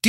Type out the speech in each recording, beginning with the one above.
Do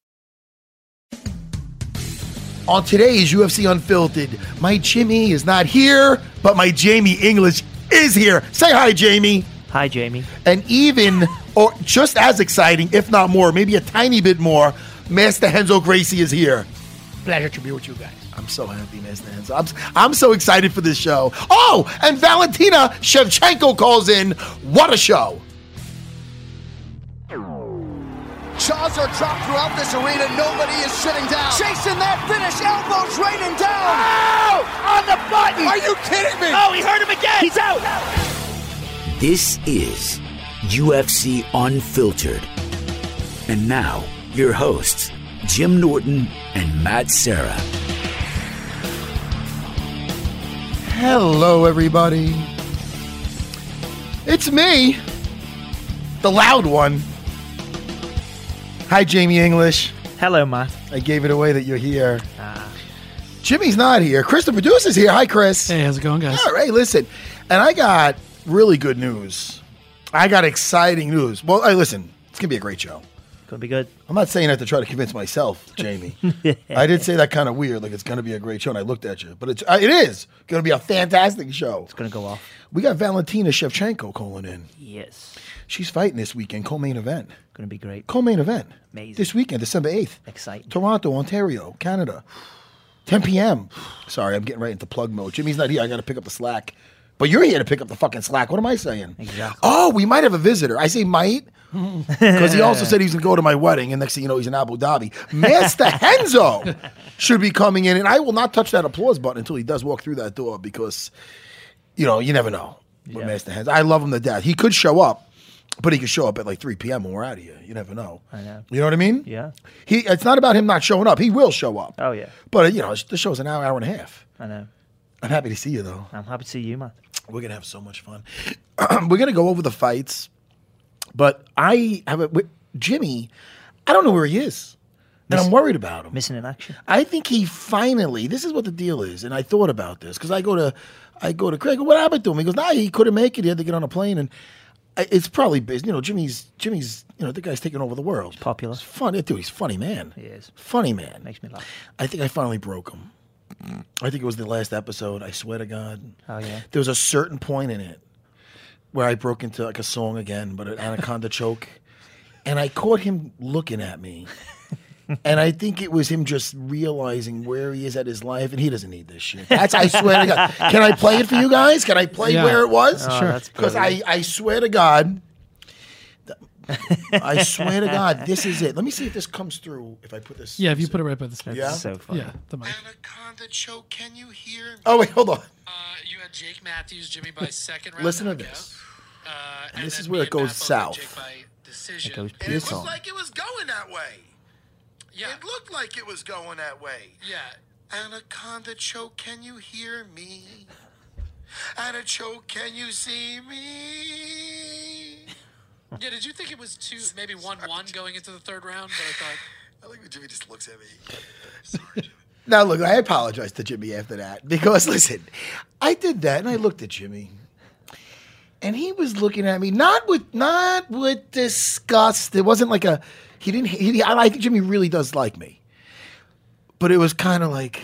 On today's UFC Unfiltered, my Jimmy is not here, but my Jamie English is here. Say hi, Jamie. Hi, Jamie. And even, or just as exciting, if not more, maybe a tiny bit more, Master Henzo Gracie is here. Pleasure to be with you guys. I'm so happy, Master Henzo. I'm, I'm so excited for this show. Oh, and Valentina Shevchenko calls in. What a show! Jaws are dropped throughout this arena. Nobody is sitting down. Chasing that finish. Elbows raining down. Ow! On the button! Are you kidding me? Oh, he hurt him again! He's out! This is UFC Unfiltered. And now, your hosts, Jim Norton and Matt Sarah. Hello, everybody. It's me, the loud one. Hi, Jamie English. Hello, Matt. I gave it away that you're here. Jimmy's not here. Chris, the producer's here. Hi, Chris. Hey, how's it going, guys? All right, listen. And I got really good news. I got exciting news. Well, hey, listen, it's going to be a great show. Gonna be good. I'm not saying that to try to convince myself, Jamie. I did say that kind of weird, like it's going to be a great show, and I looked at you. But it's, uh, it is going to be a fantastic show. Gonna go off. We got Valentina Shevchenko calling in. Yes. She's fighting this weekend, co-main event. Gonna be great. Co-main event. Amazing. This weekend, December 8th. Exciting. Toronto, Ontario, Canada. 10 p.m. Sorry, I'm getting right into plug mode. Jimmy's not here. I got to pick up the slack. But you're here to pick up the fucking slack. What am I saying? Exactly. Oh, we might have a visitor. I say might because he also said he was going to go to my wedding, and next thing you know, he's in Abu Dhabi. Master Henzo should be coming in, and I will not touch that applause button until he does walk through that door because, you know, you never know with Yeah. Master Henzo. I love him to death. He could show up, but he could show up at like 3 p.m. when we're out of here. You never know. I know. You know what I mean? Yeah. He. It's not about him not showing up. He will show up. Oh, yeah. But you know, the show's an hour, hour and a half. I know. I'm happy to see you though. I'm happy to see you, Matt. We're gonna have so much fun. We're gonna go over the fights, but I have a wi- Jimmy. I don't know where he is, and I'm worried about him. Missing in action. I think he finally. This is what the deal is, and I thought about this because I go to, I go to Craig. What happened to him? He goes, Nah, he couldn't make it. He had to get on a plane, and I- it's probably bas- you know Jimmy's Jimmy's you know the guy's taking over the world. popular. It's funny, dude. He's a funny man. He is. funny man. Makes me laugh. I think I finally broke him. I think it was the last episode. I swear to God. Oh, yeah. There was a certain point in it where I broke into like a song again, but an anaconda choke. And I caught him looking at me. And I think it was him just realizing where he is at his life, and he doesn't need this shit. That's I swear to God. Can I play it for you guys? Can I play Yeah. where it was? Oh, Sure. that's Because I, I swear to God, I swear to God, this is it. Let me see if this comes through. If I put this, Yeah, if you put it right by the mic. Yeah? So funny. Yeah, the mic. Anaconda choke. Can you hear? Oh wait, hold on. Uh, you had Jake Matthews, Jimmy by second round. Listen to knockout. this. Uh, and, this then is where me it and goes Matt both south. had Jake by decision. It goes And This it song. was like it was going that way. Yeah, It looked like it was going that way. Yeah. Anaconda choke. Can you hear me? Anaconda choke. Can you see me? Yeah, did you think it was two, maybe one one going into the third round? But I thought I like when Jimmy just looks at me. Now look, I apologize to Jimmy after that because listen, I did that and I looked at Jimmy, and he was looking at me not with not with disgust. It wasn't like a he didn't. He, I I think Jimmy really does like me, but it was kind of like,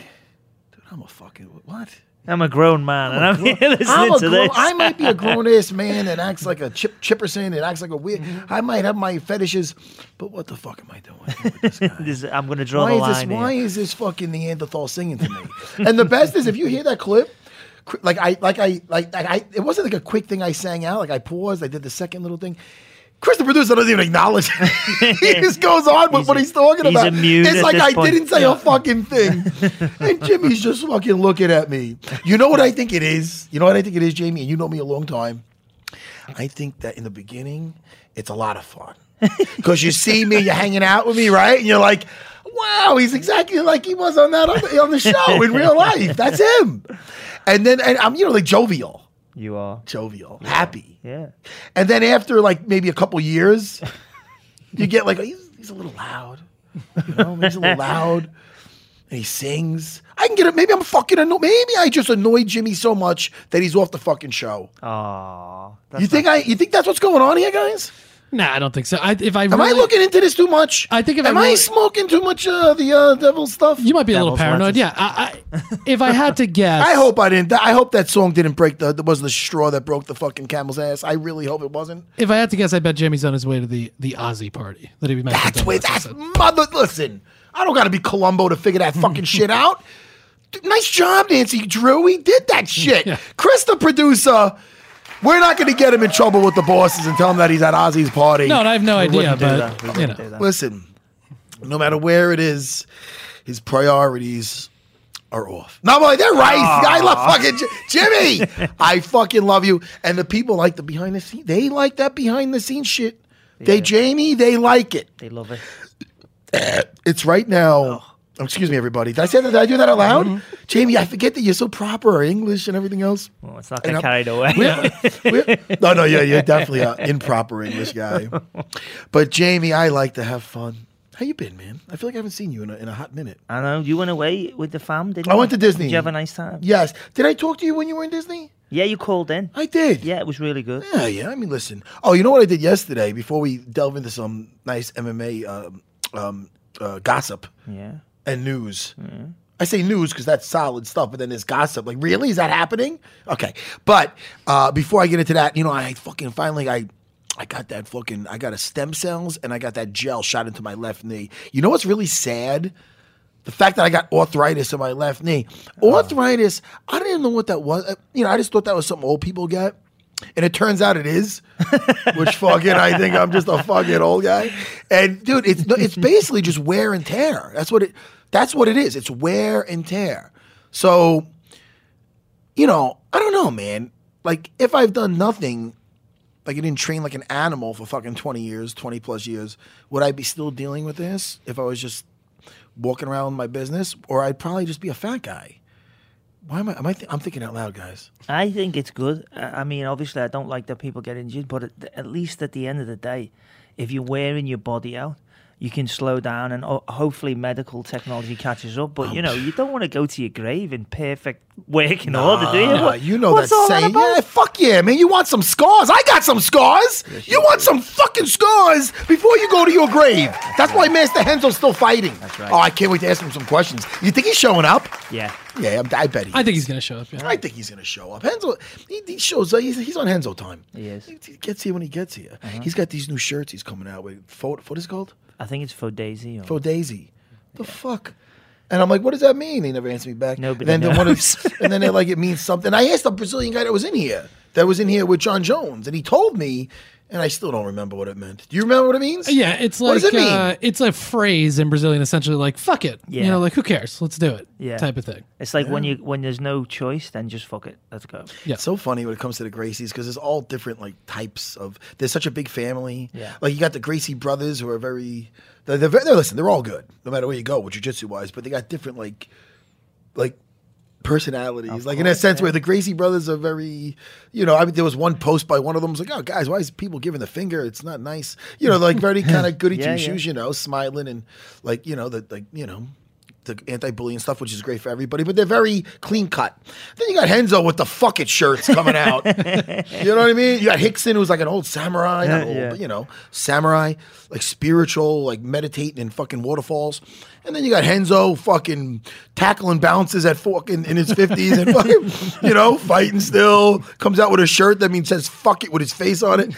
dude, I'm a fucking what? I'm a grown man, and I'm here listening I'm a to grown, this. I might be a grown ass man that acts like a chip chipperson that acts like a weird. Mm-hmm. I might have my fetishes, but what the fuck am I doing? with this guy? This- I'm going to draw why the is this? line. here. Why is this fucking Neanderthal singing to me? and the best is if you hear that clip. qu- Like I, like I, like I, I, it wasn't like a quick thing I sang out. Like I paused, I did the second little thing. Chris, the producer, doesn't even acknowledge. it. he just goes on with He's- what he's talking he's about. immune it's at like this I point. didn't say a fucking thing, and Jimmy's just fucking looking at me. You know what I think it is? You know what I think it is, Jamie? And you know me a long time. I think that in the beginning, it's a lot of fun. Because you see me, you're hanging out with me, right? And you're like, wow, he's exactly like he was on that other, on the show in real life. That's him. And then and I'm, you know, like jovial, You are. jovial, happy. Yeah. And then after like maybe a couple years, you get like, he's, he's a little loud. You know, he's a little loud. And he sings. I can get it. Maybe I'm fucking annoyed. Maybe I just annoy Jimmy so much that he's off the fucking show. Oh. you think I? You think that's what's going on here, guys? Nah, I don't think so. I, if I Am I really- looking into this too much? I think if I am I really- smoking too much uh, the uh, devil stuff? you might be a little Devil's paranoid. lettuce. Yeah, I, I, if I had to guess, I hope I didn't. I hope that song didn't break the. Was the straw that broke the fucking camel's ass? I really hope it wasn't. If I had to guess, I bet Jimmy's on his way to the the Aussie party that he was mentioned. That's where that's mother. Listen, I don't got to be Columbo to figure that fucking shit out. Dude, nice job, Nancy Drew. We did that shit. Chris, the producer. We're not going to get him in trouble with the bosses and tell him that he's at Ozzy's party. No, and I have no idea, wouldn't do but that. We you wouldn't do know, that. Listen, no matter where it is, his priorities are off. No, boy, they're right. I love fucking J- Jimmy. I fucking love you. And the people like the behind the scene. They like that behind the scenes shit. They, Jamie, they like it. They love it. It's right now. Oh, Excuse me, everybody. Did I say that? Did I do that out loud? Jamie, I forget that you're so proper English and everything else. Well, it's not And get I'm- carried away. We're- no, no, yeah, you're definitely an improper English guy. But Jamie, I like to have fun. How you been, man? I feel like I haven't seen you in a, in a hot minute. I know. You went away with the fam, didn't I you? went to Disney. Did you have a nice time? Yes. Did I talk to you when you were in Disney? Yeah, you called in. I did. Yeah, it was really good. Yeah, yeah. I mean, listen. Oh, you know what I did yesterday? Before we delve into some nice MMA um, um, uh, gossip Yeah. and news. I say news because that's solid stuff, but then there's gossip. Like, really, is that happening? Okay, but uh, before I get into that, you know, I fucking finally I. I got that fucking I got a stem cells and I got that gel shot into my left knee. You know what's really sad? the fact that I got arthritis in my left knee. Arthritis, I didn't know what that was. Uh, You know, I just thought that was something old people get. And it turns out it is, which fucking I think I'm just a fucking old guy. And dude, it's no, it's basically just wear and tear. That's what it that's what it is. It's wear and tear. So, you know, I don't know, man. Like if I've done nothing, like I didn't train like an animal for fucking 20 years, 20 plus years, would I be still dealing with this if I was just walking around my business, or I'd probably just be a fat guy. Why am I? Am I th- I'm thinking out loud, guys. I think it's good. I I mean, obviously, I don't like that people get injured, but at, at least at the end of the day, if you're wearing your body out, you can slow down, and ho- hopefully, medical technology catches up. But you know, you don't want to go to your grave in perfect working order, do you? Uh, What- you know what's that all saying? about? yeah, fuck yeah, man. You want some scars? I got some scars. you want some fucking scars before you go to your grave. That's why Master Henzo's still fighting. That's right. Oh, I can't wait to ask him some questions. You think he's showing up? yeah. Yeah, I'm, I bet he. I think he's gonna show up. Yeah. I think he's gonna show up. Henzo, he, he shows up. He's, he's on Henzo time. He is. He, gets here when he gets here. He's got these new shirts he's coming out with. Fo- what is it called? Uh-huh. I think it's for Daisy. Or, for Daisy. The fuck? And I'm like, what does that mean? They never answered me back. Nobody and then they wanted- knows. and then they're like, it means something. I asked the Brazilian guy that was in here, that was in here with John Jones, and he told me, and I still don't remember what it meant. Do you remember what it means? Yeah, it's like What does it mean? Uh, it's a phrase in Brazilian, essentially like "fuck it," Yeah. you know, like who cares? Let's do it, Yeah. type of thing. it's like when you when there's no choice, then just fuck it, let's go. It's so funny when it comes to the Gracies because there's all different like types of. There's such a big family. Yeah. Like you got the Gracie brothers who are very. They're, they're, ve- they're listen. They're all good, no matter where you go, with jujitsu wise. But they got different like, like, personalities. like in a sense where the Gracie brothers are very. You know, I mean, there was one post by one of them was like, "Oh, guys, why is people giving the finger? It's not nice." You know, like very kind of goody two Yeah, yeah. shoes. You know, smiling and like you know that like you know. the anti-bullying stuff, which is great for everybody, but they're very clean cut. Then you got Henzo with the fuck it shirts coming out. you know what I mean? You got Hickson, who's like an old samurai, not Yeah, old, yeah. but you know, samurai, like spiritual, like meditating in fucking waterfalls. And then you got Henzo fucking tackling bounces at fucking in his 50s and fucking, you know, fighting still. Comes out with a shirt that means says fuck it with his face on it.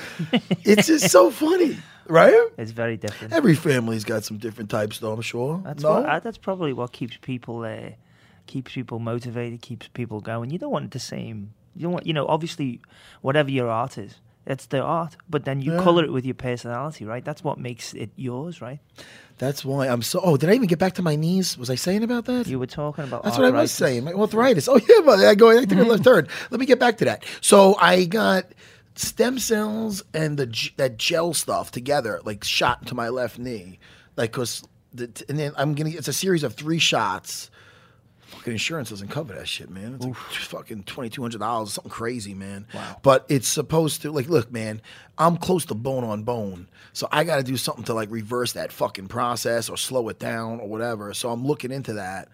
It's just so funny, right? It's very different. Every family's got some different types, though, I'm sure. That's no? what, uh, that's probably what keeps people uh, keeps people motivated, keeps people going. You don't want the same. You don't want you know obviously whatever your art is, it's the art. But then you Yeah. color it with your personality, right? That's what makes it yours, right? That's why I'm so. Oh, did I even get back to my knees? Was I saying about that? You were talking about That's what I arthritis. was Mm-hmm. saying. My arthritis. Oh yeah, but I go. I think I left third. Let me get back to that. So I got stem cells and the g- that gel stuff together, like shot into my left knee, like because and then I'm gonna. It's a series of three shots. Fucking insurance doesn't cover that shit, man. It's like fucking twenty two hundred dollars, something crazy, man. Wow. But it's supposed to like, look, man, I'm close to bone on bone, so I got to do something to like reverse that fucking process or slow it down or whatever. So I'm looking into that,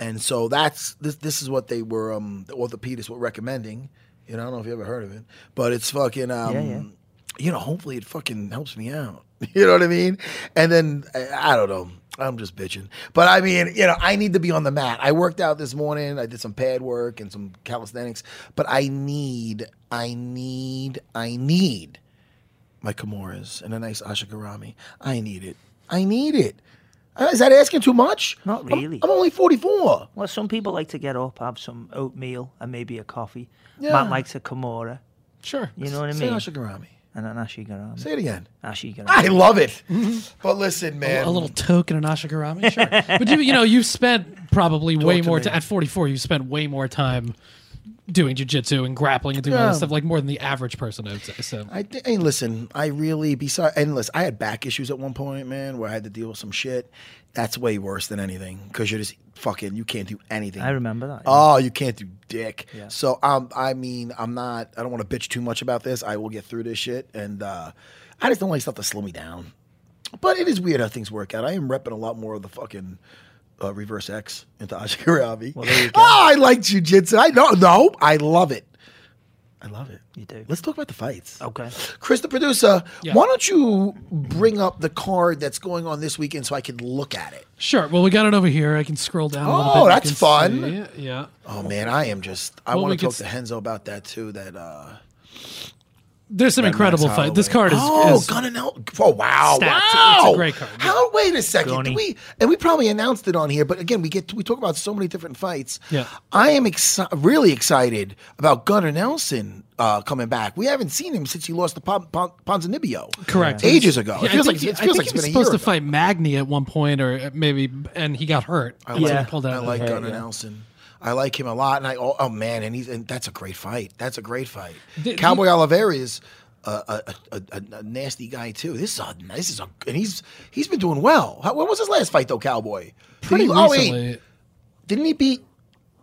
and so that's this. This is what they were um the orthopedists were recommending. You know, I don't know if you ever heard of it, but it's fucking um, Yeah, yeah. you know, hopefully it fucking helps me out. You know what I mean? And then I, I don't know. I'm just bitching. But I mean, you know, I need to be on the mat. I worked out this morning. I did some pad work and some calisthenics, but I need, I need, I need my Kimuras and a nice Ashigarami. I need it. I need it. Uh, Is that asking too much? Not I'm- really. I'm, only 44. Well, some people like to get up, have some oatmeal, and maybe a coffee. Yeah. Matt likes a Kimura. Sure. You know what I Say mean? Ashigarami. And an Ashigarami. Say it again. Ashigarami. I love it. but listen, man. A little toke and an ashigarami, sure. but you, you know, you've spent probably way Talk to more me. time at 44. You've spent way more time doing jujitsu and grappling and doing all Yeah. this stuff like more than the average person, I would say. So I th- and listen, I really besides and listen, I had back issues at one point, man, where I had to deal with some shit. That's way worse than anything because you're just fucking. You can't do anything. I remember that, yeah. Oh, you can't do dick. Yeah. So um, I mean, I'm not. I don't want to bitch too much about this. I will get through this shit, and uh, I just don't like stuff to slow me down. But it is weird how things work out. I am repping a lot more of the fucking uh, reverse X into Ashikarabi. oh, I like jujitsu. I know. No, I love it. I love it. You do. Let's talk about the fights. Okay. Chris, the producer, Yeah. why don't you bring up the card that's going on this weekend so I can look at it? sure. Well, we got it over here. I can scroll down. a little bit. Oh, You that's can fun. see. Yeah. Oh man, I am just. I Well, we want to could talk to Henzo about that too. That uh, There's some that incredible Max fight. This card is, Holloway- Oh, is Gunn and El- Oh wow, stacked. It's a wow, great card, How? Wait a second. Gunny. We and we probably announced it on here, but again, we get we talk about so many different fights. Yeah. I am exci- really excited about Gunnar Nelson uh, coming back. We haven't seen him since he lost to Pon- Pon- Ponzinibbio. correct. Ages ago. Yeah, it feels I think, like it I think feels like he it's was been a year. supposed ago. to fight Magni at one point, or uh, maybe, and he got hurt. I And so like, he pulled out I of the like fight. Gunnar Nelson. I like him a lot, and I oh, oh, man, and he's and that's a great fight. That's a great fight. The- Cowboy the- Oliveira is a, a, a, a- a nasty guy too. This is a, this is a, and he's he's been doing well. How, when was his last fight though, Cowboy? Did Pretty he- oh, wait. recently. didn't he beat?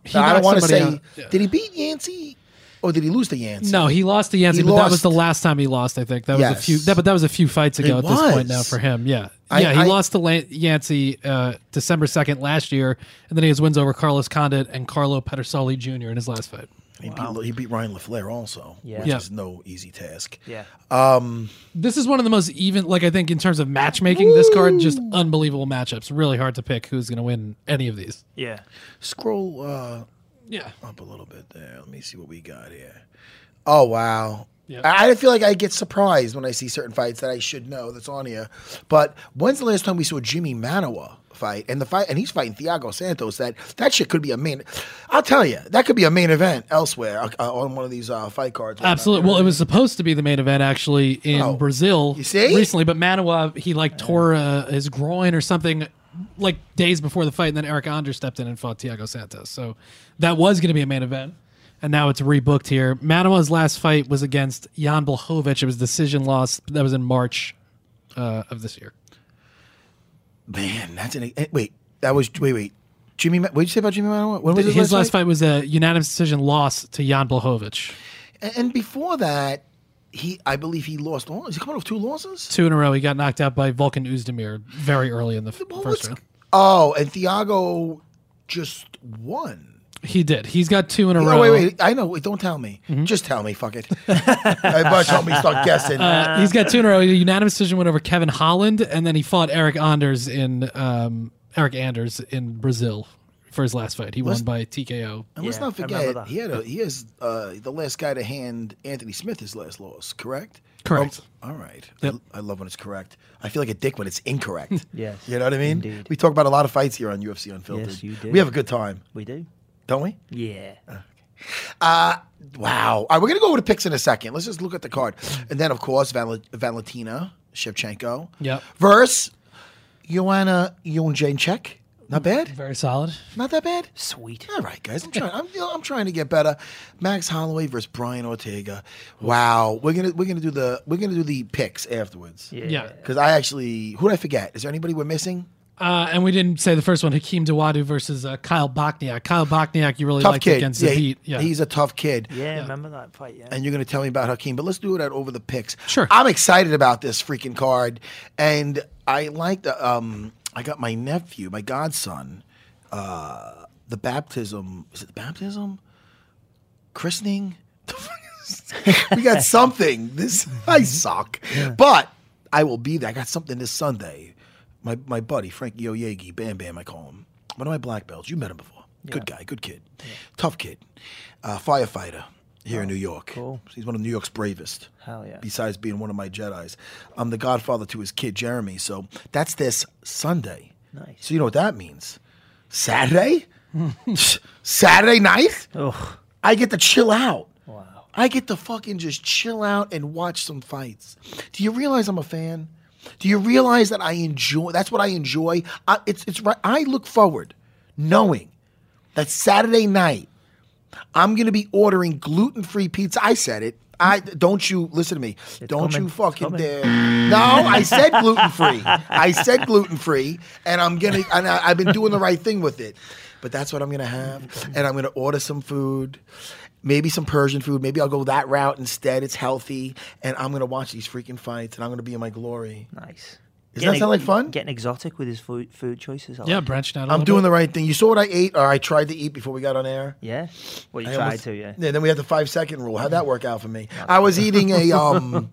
He No, I don't knocked want to say. somebody out. Yeah. Did he beat Yancey, or did he lose to Yancey? No, he lost to Yancey, He but that was lost. the last time he lost. I think that was a Yes. few. That, but that was a few fights ago It at this point now was. for him. Yeah, I- yeah. He I- lost to Lan- Yancey uh, December second last year, and then he has wins over Carlos Condit and Carlo Pedersoli Jr. in his last fight. He, beat, he beat Ryan LaFleur also, Yeah. which Yeah. is no easy task. Yeah. Um, This is one of the most even. Like I think in terms of matchmaking, this card just unbelievable matchups. Really hard to pick who's going to win any of these. Yeah. Scroll uh, yeah. up a little bit there. Let me see what we got here. Oh wow. Yeah. I I feel like I get surprised when I see certain fights that I should know that's on here. But when's the last time we saw Jimmy Manoa fight? And the fight and he's fighting Thiago Santos. That that shit could be a main. I'll tell you, that could be a main event elsewhere uh, uh, on one of these uh, fight cards. Absolutely. Well, it was supposed to be the main event actually in Oh. Brazil You see? recently, but Manoa he like tore uh, his groin or something like days before the fight, and then Eric Anders stepped in and fought Thiago Santos. So that was going to be a main event, and now it's rebooked here. Manoa's last fight was against Jan Blachowicz. It was decision loss. That was in March uh, of this year. Man, that's an eh, wait. That was wait wait. Jimmy, Ma- what did you say about Jimmy Manoa? When was His, his, last fight? was a unanimous decision loss to Jan Blachowicz. And, and before that, he I believe he lost. all- Is he coming off two losses? Two in a row. He got knocked out by Vulcan Uzdemir very early in the f- first round. Oh, and Thiago just won. He did. He's got two in a No, row. Mm-hmm. wait, wait. I know. Wait, don't tell me. Just tell me. Fuck it. Everybody help me start guessing. Uh, he's got two in a row. A unanimous decision win over Kevin Holland, and then he fought Eric Anders in um, Eric Anders in Brazil for his last fight. He Let's- won by TKO. and let's Yeah, not I remember forget, that. he had a, he is uh, the last guy to hand Anthony Smith his last loss, correct? Correct. Oh, all right. Yep. I, I love when it's correct. I feel like a dick when it's incorrect. Yes, You know what I mean? indeed. We talk about a lot of fights here on UFC Unfiltered. Yes, you do. We have a good time, we do. don't we? Yeah. Uh, wow. All right, we're going to go over the picks in a second. Let's just look at the card. And then, of course, Val- Valentina Shevchenko. Yep. Verse Joanna Jędrzejczyk. Not bad. Very solid. Not that bad. Sweet. All right, guys. I'm trying. I'm, you know, I'm trying to get better. Max Holloway versus Brian Ortega. Wow. We're gonna we're gonna do the we're gonna do the picks afterwards. Yeah. Yeah. Because I actually, who did I forget? Is there anybody we're missing? Uh, and we didn't say the first one, Hakeem Dawadu versus uh, Kyle Bokniak. Kyle Bokniak, you really Tough liked kid. against yeah, the he- Heat. Yeah. he's a tough kid. Yeah, remember that fight? Yeah. and you're going to tell me about Hakeem, but let's do that over the picks. Sure. I'm excited about this freaking card, and I like the. Um, I got my nephew, my godson, uh, the baptism. Is it the baptism? Christening. we got something. This I suck, but I will be there. I got something this Sunday. My my buddy Frank Yoyegi, Bam Bam, I call him. One of my black belts. You met him before. Good guy, good kid, tough kid, uh, firefighter here in New York. Oh, cool. He's one of New York's bravest. Hell yeah. Besides being one of my Jedi's, I'm the godfather to his kid Jeremy. So that's this Sunday. Nice. So you know what that means? Saturday, Saturday night. Ugh. I get to chill out. Wow. I get to fucking just chill out and watch some fights. Do you realize I'm a fan? Do you realize that I enjoy? That's what I enjoy. I, it's it's right. I look forward, knowing that Saturday night I'm gonna be ordering gluten free pizza. I said it. I don't you listen to me. don't coming. you It's fucking coming. dare. No, I said gluten free. I said gluten free, and I'm gonna. And I, I've been doing the right thing with it. But that's what I'm gonna have, and I'm gonna order some food, maybe some Persian food. Maybe I'll go that route instead. It's healthy, and I'm gonna watch these freaking fights, and I'm gonna be in my glory. Nice. Doesn't that Getting- sound like fun? Getting exotic with his food food choices. I yeah, like it. branched out. i I'm doing the right thing. You saw what I ate, or I tried to eat before we got on air. Yeah. Well, you I tried almost- to, yeah. Then we had the five second rule. How'd that work out for me? I was eating a um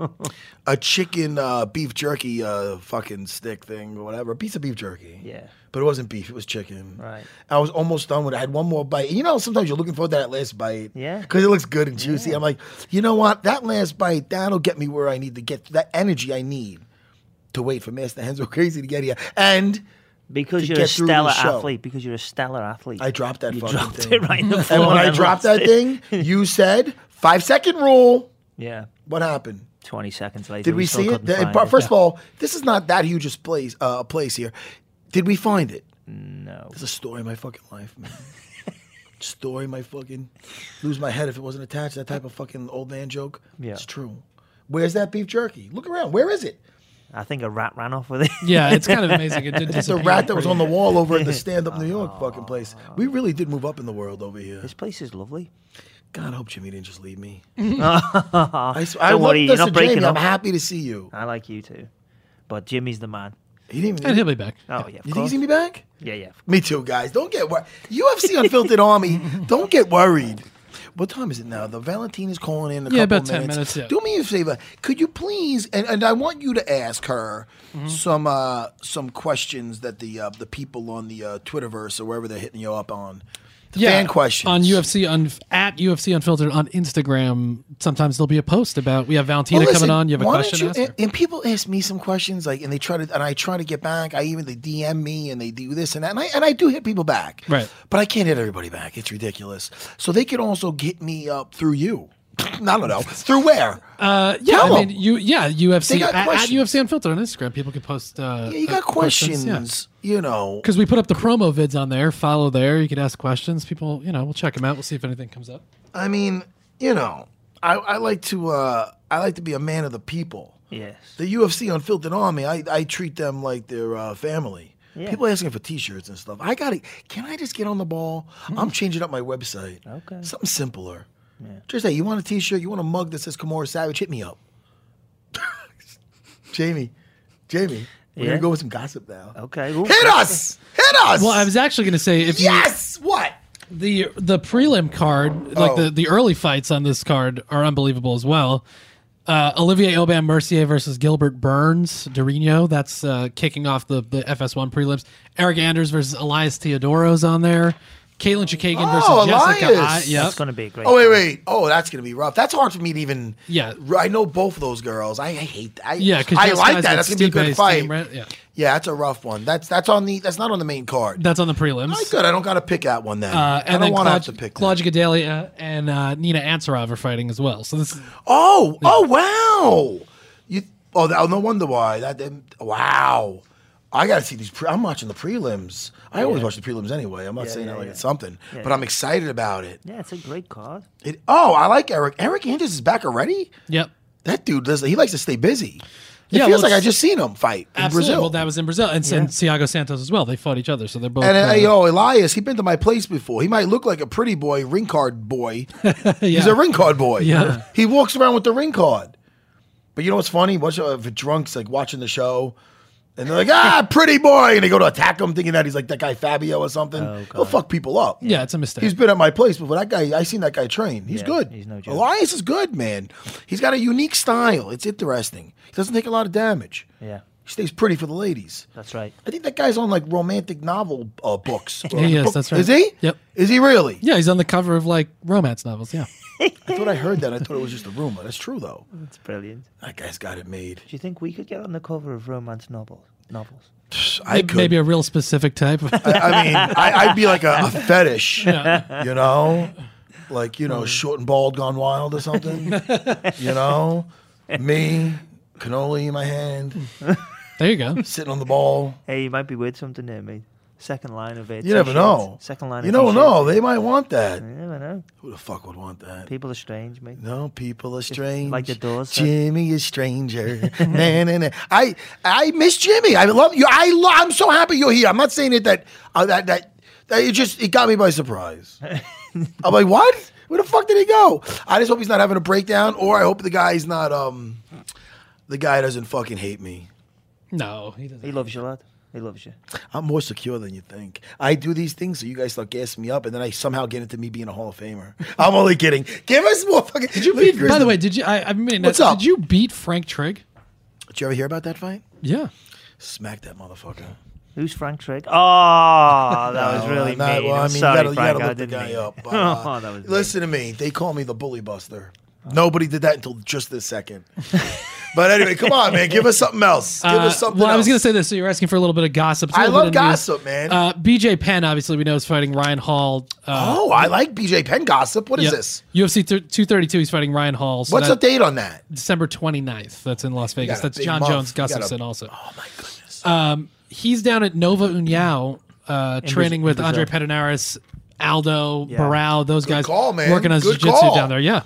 a chicken uh, beef jerky uh, fucking stick thing or whatever, a piece of beef jerky. Yeah. But it wasn't beef; it was chicken. Right. I was almost done with it. I had one more bite. You know, sometimes you're looking for that last bite. Yeah. Because it looks good and juicy. I'm like, you know what? That last bite that'll get me where I need to get that energy I need to wait for Master Hanzo Crazy to get here. And Because to you're a get through the stellar show. athlete. Because you're a stellar athlete. I dropped that You fucking dropped thing. it right in the floor. and when I and dropped lost that it. thing, you said five second rule. Yeah. What happened? 20 seconds later. Did we still see it? couldn't Th- find but it. First of all, this is not that huge a place, uh, a place here. Did we find it? No. It's a story of my fucking life, man. story of my fucking lose my head if it wasn't attached. That type of fucking old man joke. Yeah. It's true. Where's that beef jerky? Look around. Where is it? I think a rat ran off with it. Yeah, it's kind of amazing. It did It's the disappear rat that was on the pretty- wall over at the stand up New York fucking place. We really did move up in the world over here. This place is lovely. God, I hope Jimmy didn't just leave me. Hmm. I, sw- I Don't love worry, you're listen, not breaking Jamie, I'm up. happy to see you. I like you too. But Jimmy's the man. He didn't even. And he'll be back. Oh, yeah. Of you think he's course. gonna be back? Yeah, yeah. Me too, guys. Don't get worried. UFC Unfiltered Army, don't get worried. What time is it now? The Valentine is calling in a Yeah, couple about 10 minutes. minutes, yeah. Do me a favor. Could you please and, and I want you to ask her Mm-hmm. some uh, some questions that the uh, the people on the uh, Twitterverse or wherever they're hitting you up on. The fan questions. on UFC un, at UFC Unfiltered on Instagram. Sometimes there'll be a post about we have Valentina Well, Oh, listen, coming on. You have a why don't question. you- ask her. and, and people ask me some questions, like, and they try to, and I try to get back. I even they DM me and they do this and that, and I and I do hit people back, Right. But I can't hit everybody back. It's ridiculous. So they can also get me up through you. I don't know through where. Uh, yeah, Tell I mean, them. you yeah UFC They got at, at questions. UFC Unfiltered on Instagram. People can post. Uh, yeah, you got questions. You know, Because we put up the promo vids on there, follow there. You can ask questions. People, you know, we'll check them out. We'll see if anything comes up. I mean, you know, I, I like to, uh, I like to be a man of the people. Yes. The UFC Unfiltered Army, I, I treat them like their uh, family. Yeah. People asking for T-shirts and stuff. I got to Can I just get on the ball? I'm changing up my website. Hmm. Okay. Something simpler. Just hey, you want a T-shirt? You want a mug that says Kamora Savage? Hit me up. Jamie, Jamie, We're gonna go with some gossip now. Okay. Hit us! Hit us! Well, I was actually going to say if yes. What? you, the the prelim card, like Oh. the the early fights on this card, are unbelievable as well. Uh, Olivier Aubin Mercier versus Gilbert Burns Dorino. That's uh, kicking off the, the FS1 prelims. Eric Anders versus Elias Theodoro's on there. Caitlin Chikagan Oh, versus Jessica. I, Elias. yep. That's going to be a great. Oh wait, wait. Oh, that's gonna be rough. That's hard for me to even. Yeah. I know both of those girls. I, I hate that. I, Yeah, because I like that. That's gonna be a good fight. Yeah, Yeah, that's a rough one. That's that's on the that's not on the main card. that's on the prelims. That's good. I don't gotta pick that one then. Uh, I and don't then want to have Claude, to pick. that. Claudia Gadelia and uh, Nina Ansarov are fighting as well. So this, Oh, oh wow. You oh th- oh, no wonder why that them- wow. I gotta see these. Pre- I'm watching the prelims. I always watch the prelims anyway. I'm not saying that like it's something, but I'm excited about it. Yeah, it's a great card. it. Oh, I like Eric. Eric Anders is back already. yep, That dude does. He likes to stay busy. It Yeah, feels well, like I it's- just seen him fight in absolutely. Brazil. Well, that was in Brazil, and, and Thiago Santos as well. They fought each other, so they're both. and uh, uh, yo, Elias, he been to my place before. He might look like a pretty boy, ring card boy. He's a ring card boy. Yeah. he walks around with the ring card. But you know what's funny? Bunch of uh, drunks like watching the show, and they're like, "Ah, pretty boy," and they go to attack him, thinking that he's like that guy Fabio or something. Oh, He'll fuck people up. yeah, it's a mistake. He's been at my place before. That guy, I seen that guy train. He's good. he's no joke. Elias is good, man. He's got a unique style. It's interesting. He doesn't take a lot of damage. Yeah, He stays pretty for the ladies. that's right. I think that guy's on like romantic novel uh, books. He is, that's right. Is he? Yep. Is he really? yeah, he's on the cover of like romance novels. Yeah, I thought I heard that. I thought it was just a rumor. That's true though. It's brilliant. That guy's got it made. Do you think we could get on the cover of romance novels? Novels. I could. maybe a real specific type. I, I mean, I, I'd be like a, a fetish, you know, like you know, short and bald, gone wild, or something. you know, me, cannoli in my hand, there you go. sitting on the ball. Hey, you might be with something there, mate. Second line of it. You never know. Second line. You of don't t-shirt. know. They might want that. You never know. Who the fuck would want that? People are strange, mate. No, people are strange. the Doors said. Jimmy is stranger. nah, nah, nah. I I miss Jimmy. I love you. I lo- I'm so happy you're here. I'm not saying it that uh, that that, that it just it got me by surprise. I'm like, what? Where the fuck did he go? I just hope he's not having a breakdown, or I hope the guy's not um the guy doesn't fucking hate me. No, he doesn't. He loves you, lad. He loves you. I'm more secure than you think. I do these things so you guys start gassing me up, and then I somehow get into me being a Hall of Famer. I'm only kidding. Give us more fucking. Did you Beat- by the way, did you? I, I mean, What's did up? you beat Frank Trigg? did you ever hear about that fight? Yeah, Smack that motherfucker. Who's Frank Trigg? Oh, that was No, really no, mean. well, I'm I mean, sorry, you gotta, Frank. you I gotta look the didn't guy mean it. up. uh, oh, that was mean. listen to me. They call me the bully buster. Nobody did that until just this second. but anyway, come on, man. Give us something else. Give Uh, us something. well, I was gonna else. say this. So you're asking for a little bit of gossip. It's a I little love bit of news. gossip, man. Uh, BJ Penn, obviously, we know is fighting Ryan Hall. Uh, oh, I like BJ Penn gossip. What is yep. this? UFC th- 232. He's fighting Ryan Hall. So What's that- the date on that? December 29th. That's in Las Vegas. got a That's big John month. Jones You got a- Gustafson also. Um, Oh my goodness. He's down at Nova Unyao, uh, training Brazil- with in Andre Brazil. Pedinaris, Aldo, Yeah. Barao, those guys call, man. working on Good jiu-jitsu call. down there. Yeah.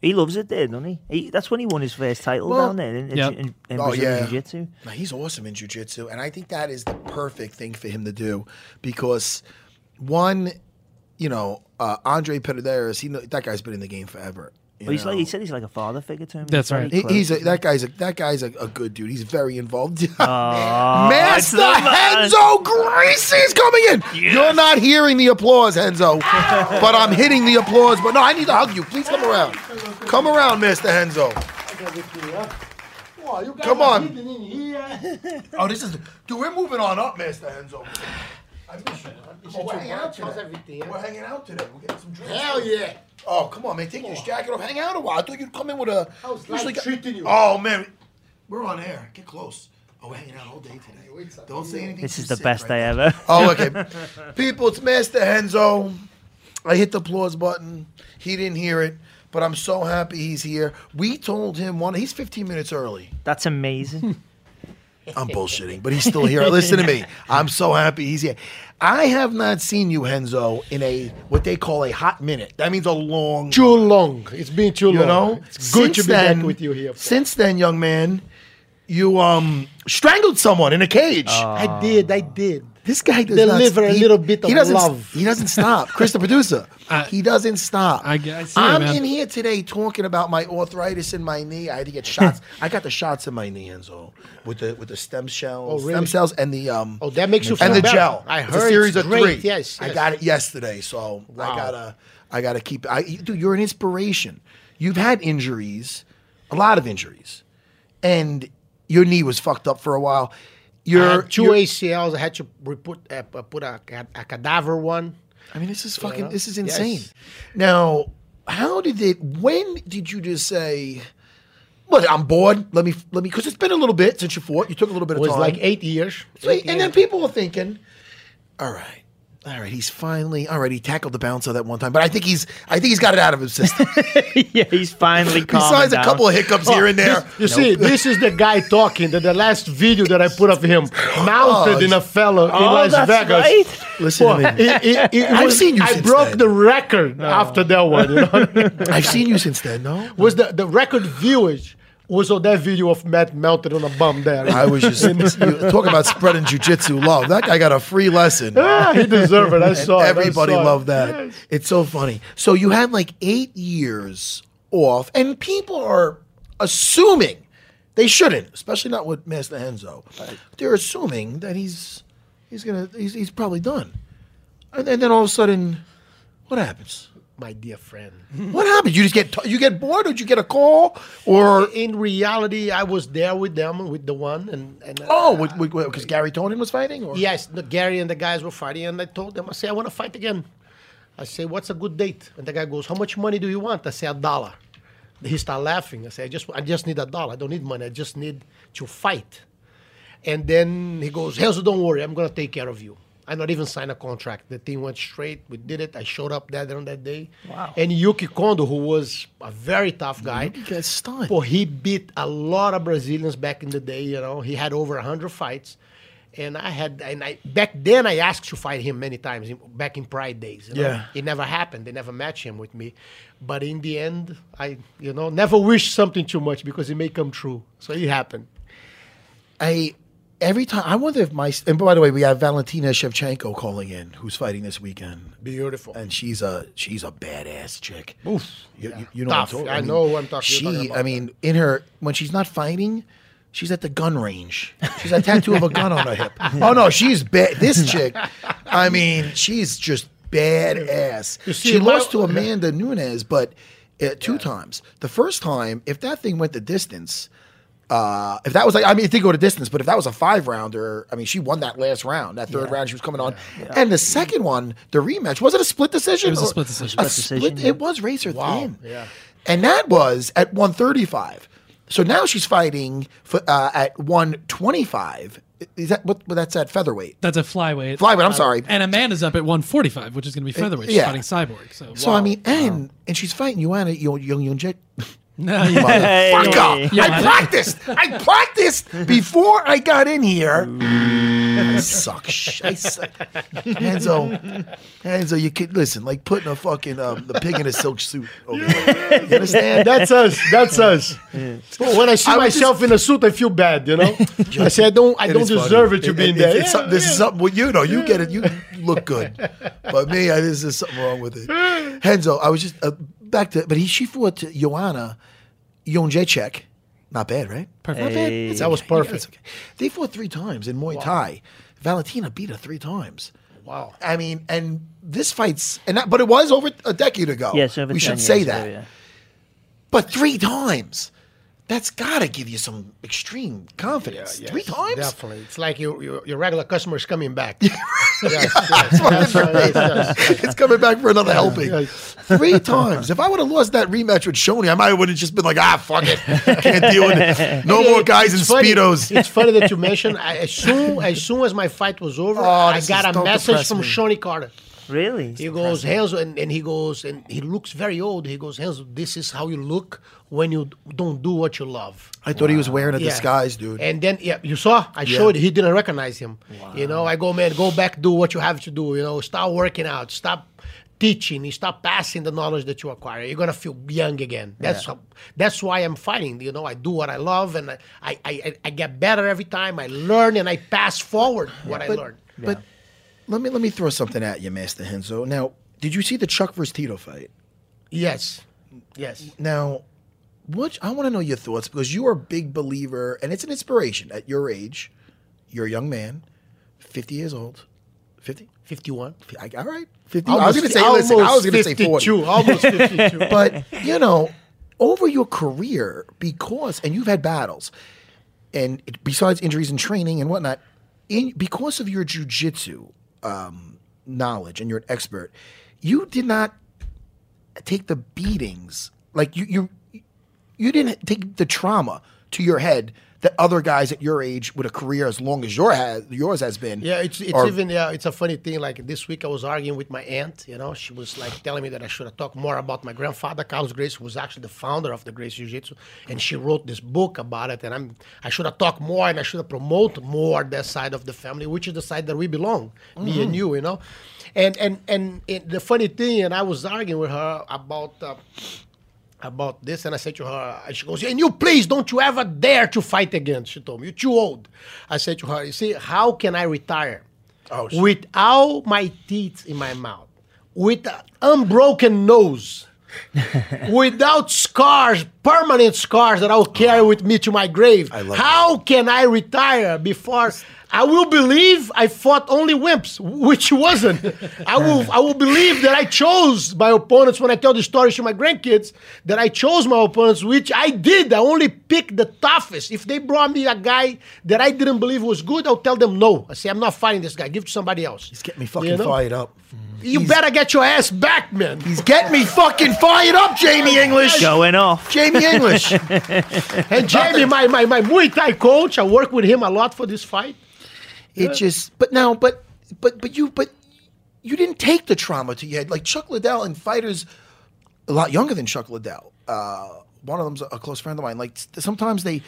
He loves it there, doesn't he? he that's when he won his first title Well, down there in, in, Yep. in, in Oh, Brazilian yeah. Jiu-Jitsu. Now, he's awesome in jujitsu, and I think that is the perfect thing for him to do because one, you know, uh, Andre Pedreras, he know, that guy's been in the game forever. you But he's like, know. he said he's like a father figure to him. That's very right. He- close. he's a, that guy's a, that guy's a, a good dude. He's very involved. Aw, it's Master the man. Henzo Gracie's coming in. You're not hearing the applause, Henzo, but I'm hitting the applause. But no, I need to hug you. Please come around. Come around, Master Henzo. Come on. Oh, this is. Dude, we're moving on up, Master Henzo. I miss you. We're hanging Oh, out today. We're hanging out today. We're getting some drinks. Hell yeah. Oh, come on, man. Take this jacket off. Hang out a while. I thought you'd come in with a. I was treating you. Oh, man. We're on air. Get close. Oh, we're hanging out all day today. Don't say anything. This too is the sick best right day now. ever. Oh, okay. People, it's Master Henzo. I hit the applause button. He didn't hear it, but I'm so happy he's here. We told him one. He's 15 minutes early. That's amazing. I'm bullshitting, but he's still here. Listen to me. I'm so happy he's here. I have not seen you, Henzo, in a what they call a hot minute. That means a long, Too long. It's been too you long. know. It's good Since to be then- back with you here. Paul. Since then, young man, you um strangled someone in a cage. I did, I did. This guy does Deliver not, a little bit of doesn't- love. He doesn't stop. Chris, the producer, Uh, he doesn't stop. I, I see I'm it, man. in here today talking about my arthritis in my knee. I had to get shots. I got the shots in my knee, Enzo, with the with the stem cells, Oh, really? stem cells, and the um. Oh, that makes you and feel the better. gel. I It's heard a it's series of great. three. Yes, I yes. got it yesterday, so I gotta I gotta keep. I, dude, you're an inspiration. You've had injuries, a lot of injuries, and your knee was fucked up for a while. I Your had 2 your- ACLs. I had to re- put uh, p- put a, ca- a cadaver one. I mean, this is You fucking. know? This is Yes. insane. Now, how did it? When did you just say, "Well, I'm bored. Let me let me," because it's been a little bit since you fought. You took a little bit It of was time. like eight years. So, Eight and then years. people were thinking, "All right." All right, he's finally all right. He tackled the bouncer that one time, but I think he's I think he's got it out of his system. yeah, he's finally calm. Besides a couple of hiccups here Oh, and there, this- you see, this is the guy talking. The, the last video that I put of him mounted in a fellow in Oh, Las that's Vegas. right. listen Well, to it, me. it- it I've was- seen you I since broke then. the record after that one. You know? I've seen you since then. No, was the, the record viewage was on that video of Matt mounted on a bum there. I was just you, talking about spreading jujitsu love. That guy got a free lesson. Ah, he deserved it. I saw it. I Everybody saw it. loved that. It's so funny. So you had like eight years off, and people are assuming they shouldn't, especially not with Master Henzo. They're assuming that he's he's gonna he's, he's probably done, and, and then all of a sudden, what happens? My dear friend. What happens? You just get t- you get bored, or you get a call, or In reality, I was there with them, with the one, and, and oh, because Gary Tonin was fighting, or Yes, the, Gary and the guys were fighting, and I told them, I say, I want to fight again. I say, what's a good date? And the guy goes, how much money do you want? I say, a dollar. He start laughing. I say, I just, I just need a dollar. I don't need money. I just need to fight. And then he goes, Helzo, don't worry. I'm going to take care of you. I not even sign a contract. The thing went straight. We did it. I showed up that on that day. Wow. And Yuki Kondo, who was a very tough guy, you got stunned. well, he beat a lot of Brazilians back in the day. You know, he had over hundred fights, and I had and I back then I asked to fight him many times in, back in Pride days. you know. Yeah. it never happened. They never matched him with me, but in the end, I you know never wish something too much because it may come true. So it happened. I every time I wonder if my and by the way we have Valentina Shevchenko calling in who's fighting this weekend Beautiful. and she's a she's a badass chick. You, you- you know Tough. what I'm talking- I know what I'm talking- She, you're talking I about. mean, in her when she's not fighting, she's at the gun range. She's a tattoo of a gun on her hip. Oh no, she's bad. This chick, I mean, she's just badass. You see, she my- lost to Amanda Nunes, but uh, two times. The first time, if that thing went the distance. Uh, if that was like, I mean, it did go to distance, but if that was a five rounder, I mean, she won that last round. That third round, she was coming on, and the second one, the rematch, was it a split decision? It was a or- split decision. a Split split- decision, yeah. It was razor thin. yeah. And that was at 135. So now she's fighting for, uh, at 125. Is that what? Well, that's at featherweight. That's a flyweight. Uh, Flyweight. I'm sorry. Uh, And Amanda's up at 145, which is going to be featherweight. She's yeah. fighting Cyborg. So, so I mean, and and she's fighting Joanna Young Young Jet. No, yeah. Fucker! Yeah. I practiced. I practiced before I got in here. I suck. Sh- I suck. Hanzo, Hanzo, you could listen. Like putting a fucking um, the pig in a silk suit. Over there. You understand? That's us. That's us. Well, when I see I was myself in a suit, I feel bad. You know, I say I don't. I It don't is funny. deserve it to be in there. it's some- this is something. Well, you know, you get it. You look good, but me, I, there's just something wrong with it. Henzo, I was just uh, back to, but he she fought to Joanna Jonjacek. Not bad, right? Perfect. Not bad. Hey. It's That was okay. Yeah, perfect. it's okay. They fought three times in Muay Thai. Valentina beat her three times. Wow. I mean, and this fight's and that, but it was over a decade ago. Yes, over we 10 should say years that. ago, yeah. But three times. That's gotta give you some extreme confidence. three times? Definitely. It's like your, your, your regular customer is coming back. yes, yes, yes, yes, yes. it's coming back for another helping. yeah. Three times. If I would have lost that rematch with Shoney, I might would have just been like, ah, fuck it. Can't deal with it. No more guys in funny- Speedos. It's funny that you mentioned. I, as, soon, as soon as my fight was over, Oh, I this is- got a don't message depress from me. Shawnee Carter. Really? He goes, Hanzo, and, and he goes, and he looks very old. He goes, Hanzo, this is how you look when you don't do what you love. I thought he was wearing a Yeah. disguise, dude. And then, yeah, you saw, I showed he didn't recognize him. You know, I go, man, go back, do what you have to do. You know, start working out, stop teaching, you start passing the knowledge that you acquire. You're gonna feel young again. That's Yeah. how, that's why I'm fighting. You know, I do what I love, and I I, I, I get better every time. I learn and I pass forward what I but, learned. But let me let me throw something at you, Master Henzo. Now, did you see the Chuck versus Tito fight? Yes. Yes. Now, what I want to know your thoughts because you are a big believer, and it's an inspiration at your age. You're a young man, 50 years old. 50? 51. all right. 50. I was going to say, listen, I was going to say 40. Almost 52. but, you know, over your career, because, and you've had battles, and it- besides injuries and training and whatnot, in, because of your jujitsu um, knowledge and you're an expert, you did not take the beatings. Like, you, you, you didn't take the trauma to your head that other guys at your age with a career as long as your has, yours has been. Yeah, it's it's are- even yeah, it's a funny thing. Like this week, I was arguing with my aunt. You know, she was like telling me that I should have talked more about my grandfather, Carlos Grace, who was actually the founder of the Grace Jiu Jitsu, and she wrote this book about it. And I'm I should have talked more, and I should have promoted more that side of the family, which is the side that we belong, me and Mhm. you. You know, and and and it, the funny thing, and I was arguing with her about. Uh, about this, and I said to her, and she goes, "And you, please, don't you ever dare to fight again." She told me, "You're too old." I said to her, "You see, how can I retire with all my teeth in my mouth, with an unbroken nose, without scars, permanent scars that I will carry with me to my grave? how can I retire before?" I will believe I fought only wimps, which wasn't. I will I will believe that I chose my opponents when I tell the stories to my grandkids that I chose my opponents, which I did. I only picked the toughest. If they brought me a guy that I didn't believe was good, I'll tell them no. I say I'm not fighting this guy. Give it to somebody else. He's getting me fucking fired up. You better get your ass back, man. He's getting me fucking fired up, Jamie English. Going off. Jamie English. and Jamie, my, my my Muay Thai coach, I work with him a lot for this fight. It just, but now, but, but, but you, but you didn't take the trauma to your head. Like Chuck Liddell and fighters a lot younger than Chuck Liddell. Uh, one of them's a close friend of mine. Like s- sometimes they,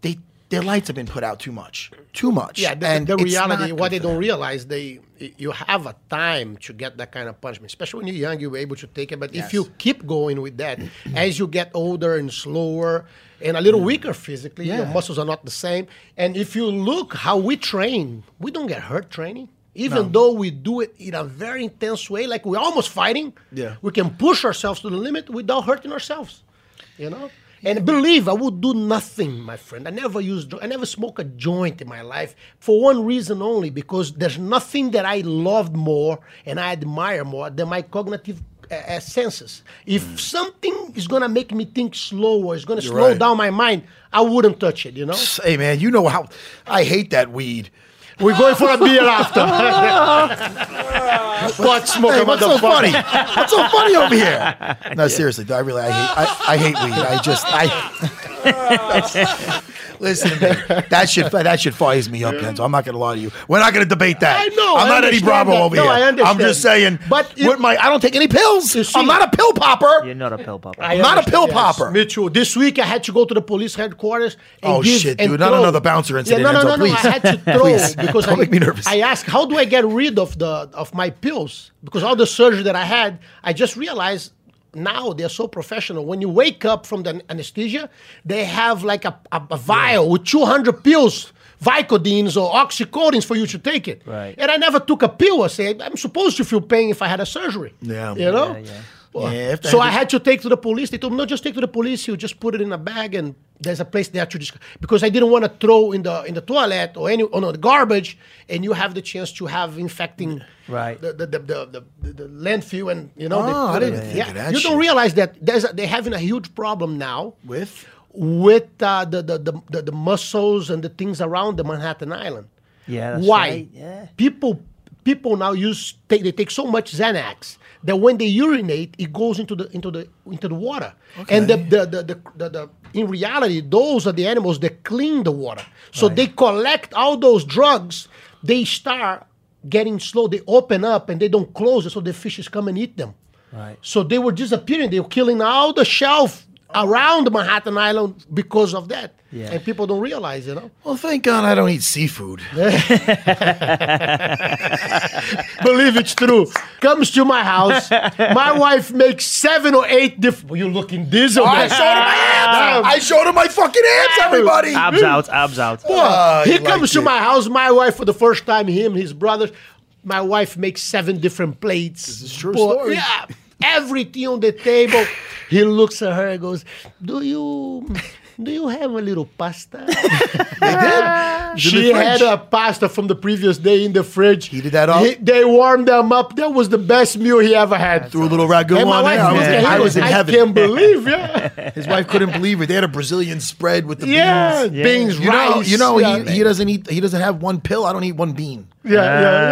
they, their lights have been put out too much, too much. Yeah, the, and the it's reality, not what they good for don't them. realize, they you have a time to get that kind of punishment, especially when you're young, you're able to take it. But if Yes. you keep going with that, as you get older and slower and a little Mm. weaker physically, your Yeah. muscles are not the same. And if you look how we train, we don't get hurt training. Even No. though we do it in a very intense way, like we're almost fighting, Yeah. we can push ourselves to the limit without hurting ourselves, you know. And believe I would do nothing, my friend. I never use, dr- I never smoke a joint in my life for one reason only, because there's nothing that I loved more and I admire more than my cognitive uh, uh, senses. If something is gonna make me think slower, is gonna Mm. You're slow right. down my mind, I wouldn't touch it. You know. Hey man, you know how I hate that weed. We're going for a beer after. Pot smoke, Hey, what's so motherfucker. funny? What's so funny over here? No, seriously, though, I really, I hate, I, I hate weed. I just, I. Listen, man, that should that should fires me up, Kenzo. I'm not going to lie to you. We're not going to debate that. I know, I'm I not Eddie understand Bravo that. over No, here. I understand. am just saying. But with my, I don't take any pills. I'm not a pill popper. You're not a pill popper. I I'm not a understand, pill yes. popper. Me too. This week I had to go to the police headquarters. And Oh, give shit, and dude, not throw. another bouncer incident, Yeah, no, no, Enzo, no, no. I please. had to throw Please, because don't I, make me nervous. I asked, how do I get rid of the of my pills? Because all the surgery that I had, I just realized now they're so professional. When you wake up from the anesthesia, they have like a, a, a vial with 200 pills. Vicodines or oxycodines for you to take it. Right. And I never took a pill. I say I'm supposed to feel pain if I had a surgery. Yeah. You know? Yeah, yeah. Well, Yeah, if they so had I to- had to take to the police. They told me, no, just take to the police. You just put it in a bag, and there's a place there to discuss. Because I didn't want to throw in the in the toilet or any on the garbage, and you have the chance to have infecting Right. the the the, the, the, the landfill, and you know. they Oh, I put it- didn't think yeah. of that You shit. don't realize that there's a, they're having a huge problem now with with uh, the, the, the the the muscles and the things around the Manhattan Island. Yeah, that's Why? right, yeah. People people now use take, they take so much Xanax that when they urinate, it goes into the into the into the water. And the the, the, the, the the in reality, those are the animals that clean the water. So they collect all those drugs. They start getting slow. They open up and they don't close it, so the fishes come and eat them. Right. So they were disappearing. They were killing all the shelf around Manhattan Island because of that. Yeah. And people don't realize, you know. Well, thank God I don't eat seafood. Believe it's true. Comes to my house. My wife makes seven or eight different. You're looking this or Oh, I that. showed him my abs. I showed him my fucking abs, everybody. Abs out, abs out. Boy, Ah, he you comes liked to it. my house. My wife for the first time. Him, his brothers. My wife makes seven different plates. This is true story. Yeah, everything on the table. He looks at her and goes, "Do you, do you have a little pasta?" she fridge. had a pasta from the previous day in the fridge. He did that up? they warmed them up. That was the best meal he ever had. Threw a little ragu And my on wife there. I was, looked in, at him I was in like, heaven. I can't believe, yeah. His wife couldn't believe it. They had a Brazilian spread with the Yeah, beans. beans, you know, rice, You know, yeah. he, he doesn't eat. He doesn't have one pill. I don't eat one bean. Yeah,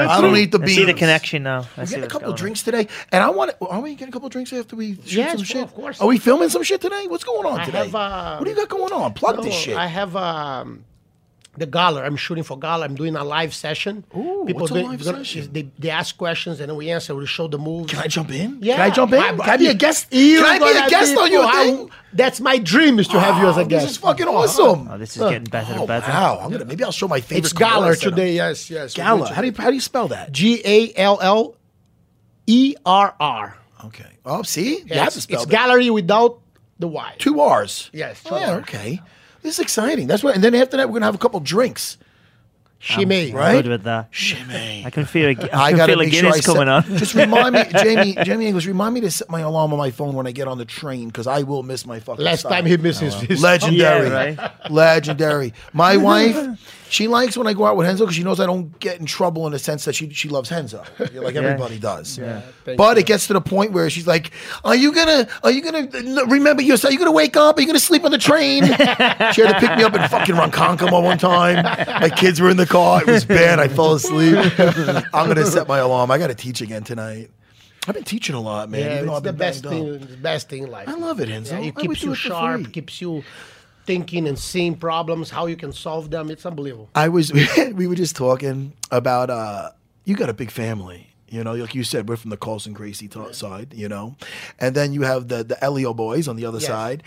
yeah, I don't eat the I see the beans. connection now. I We're see getting a what's couple going on. drinks today, and I want. Are we getting a couple drinks after we shoot Yes, some well, shit? of course. Are we filming some shit today? What's going on I today? have, uh, what do you got going on? Plug No, this shit. Oh, I have um, the gala. I'm shooting for gala. I'm doing a live session. Ooh, what's a they, live session? They, they ask questions and then we answer. We show the movie. Can I jump in? Yeah, Can I jump in? I- Can I be a guest? You're Can I be gonna a guest on your I- thing? that's my dream is to have you as a Oh, guest. This is fucking awesome. Oh, this is getting better Oh, and better. Wow, I'm gonna maybe I'll show my favorite. it's gala colors that I'm- today. Yes, yes. we're Gala. doing How do you how do you spell that? G A L L E R R. Okay. Oh, see, you have Yes, to spell It's that. gallery without the Y. Two R's. Yes, two Oh, yeah, Rs. okay. This is exciting. That's what. And then after that, we're gonna have a couple drinks. Shimei. I'm right? good with that. Shimmy. I can feel a, gu- I I can gotta feel a make sure I Guinness set- coming on. Just remind me, Jamie, Jamie English, remind me to set my alarm on my phone when I get on the train because I will miss my fucking. Last stop. Oh, time he missed his his- legendary, Yeah, legendary. My wife, she likes when I go out with Henzo because she knows I don't get in trouble in the sense that she she loves Henzo, like everybody does. but it gets to the point where she's like, "Are you gonna? Are you gonna remember yourself? Are you gonna wake up? Are you gonna sleep on the train?" she had to pick me up in fucking Ronkonkoma one time. My kids were in the car. It was bad. I fell asleep. I'm gonna set my alarm. I got to teach again tonight. I've been teaching a lot, man. Yeah, even though it's I've the been best banged up. thing. The best thing in life. I love it, Enzo. Yeah, I it would keeps do you it for sharp. free. Keeps you thinking and seeing problems, how you can solve them. It's unbelievable. I was we were just talking about uh you got a big family. You know, like you said, we're from the Carlson Gracie t- side, you know, and then you have the the Elio boys on the other Yes. side,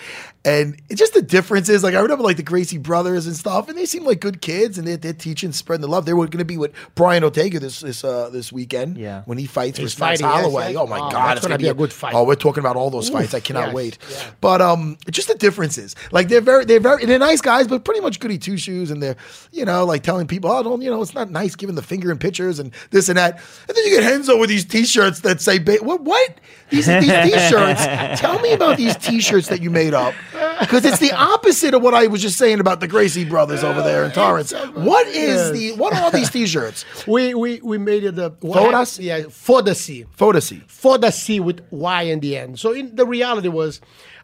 and it, just the difference is like I remember like the Gracie brothers and stuff, and they seem like good kids, and they're, they're teaching, spreading the love. They were going to be with Brian Ortega this this uh, this weekend, Yeah. when he fights He's with Max fighting, yes, Holloway. yes. Oh my Oh, God, that's it's gonna going to be a good fight. Oh, we're talking about all those fights. I cannot yes, wait. yeah. But um, just the differences. Like they're very, they're very, they're nice guys, but pretty much goody two shoes. And they're, you know, like telling people, oh, don't, you know, it's not nice giving the finger in pictures and this and that. And then you get Henzo with these T-shirts that say, ba- what, what? These these T-shirts. Tell me about these T-shirts that you made up, because it's the opposite of what I was just saying about the Gracie brothers over there in Torrance. What is the? What are these T-shirts? We we we made it the Fodas? Yeah, for the sea. Photosy. for the C with Y in the end. So in the reality was,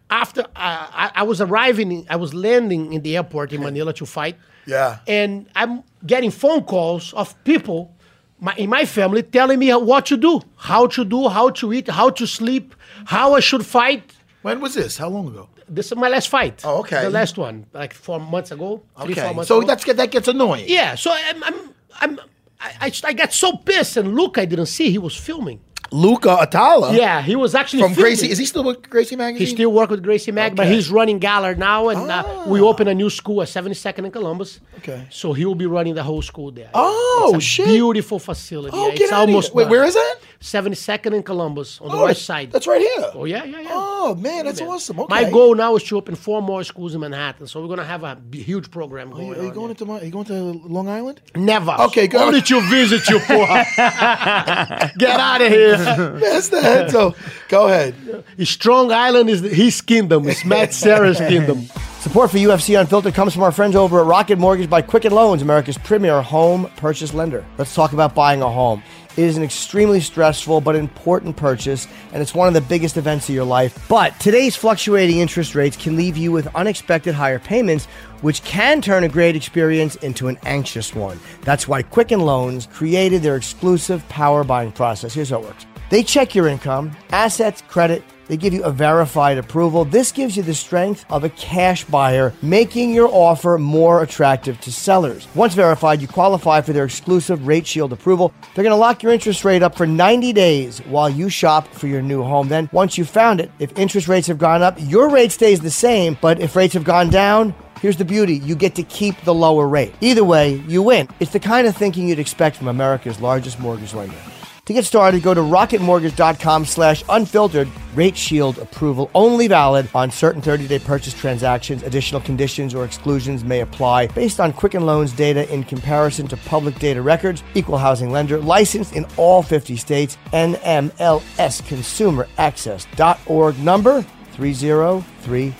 after uh, I, I, I was arriving, in- I was landing in the airport in Manila to fight. Yeah. And I'm getting phone calls of people my, in my family telling me what to do, how to do, how to eat, how to sleep, how I should fight. When was this? How long ago? This is my last fight. Oh, okay. The last one, like four months ago. Three, four Okay, months so ago. that's that gets annoying. yeah. So I'm I'm, I'm I, I, I got so pissed, and look, I didn't see he was filming. Luca Atala. Yeah, he was actually From filming. Gracie, is he still with Gracie magazine? He still work with Gracie Mack, but Okay. Ah. he's running Gallard now, and uh, we open a new school at 72nd in Columbus. Okay. So he will be running the whole school there. Oh, It's a shit. Beautiful facility. Oh, Yeah, get it's out almost of here. Wait, done. where is that? 72nd in Columbus on the Oh, west side. That's right here. Oh yeah, yeah, yeah. Oh man, that's Yeah. awesome. Okay. My goal now is to open four more schools in Manhattan, so we're gonna have a b- huge program Are going. you, are you on going there. to are you going to Long Island? Never. Okay, go- Only to visit you, porra. Get out of here. That's the Henzo. Go ahead. Strong Island is his kingdom. It's Matt Sarah's kingdom. Support for UFC Unfiltered comes from our friends over at Rocket Mortgage by Quicken Loans, America's premier home purchase lender. Let's talk about buying a home. It is an extremely stressful but important purchase, and it's one of the biggest events of your life. But today's fluctuating interest rates can leave you with unexpected higher payments, which can turn a great experience into an anxious one. That's why Quicken Loans created their exclusive power buying process. Here's how it works they check your income, assets, credit, They give you a verified approval. This gives you the strength of a cash buyer, making your offer more attractive to sellers. Once verified, you qualify for their exclusive Rate Shield approval. They're going to lock your interest rate up for 90 days while you shop for your new home. Then, once you found it, if interest rates have gone up, your rate stays the same, but if rates have gone down, Here's the beauty you get to keep the lower rate. Either way, you win. It's the kind of thinking you'd expect from America's largest mortgage lender. To get started, go to rocketmortgage.com slash unfiltered. Rate shield approval only valid on certain 30-day purchase transactions. Additional conditions or exclusions may apply based on Quicken Loans data in comparison to public data records. Equal housing lender licensed in all 50 states. NMLS consumeraccess.org number 3030.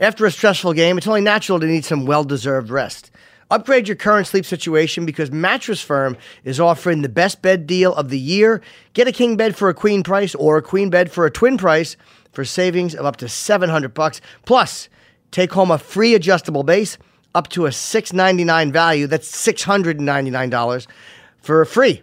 After a stressful game, it's only natural to need some well deserved rest. Upgrade your current sleep situation because Mattress Firm is offering the best bed deal of the year. Get a king bed for a queen price or a queen bed for a twin price for savings of up to 700 bucks. Plus, take home a free adjustable base up to a 699 value. That's $699 for free.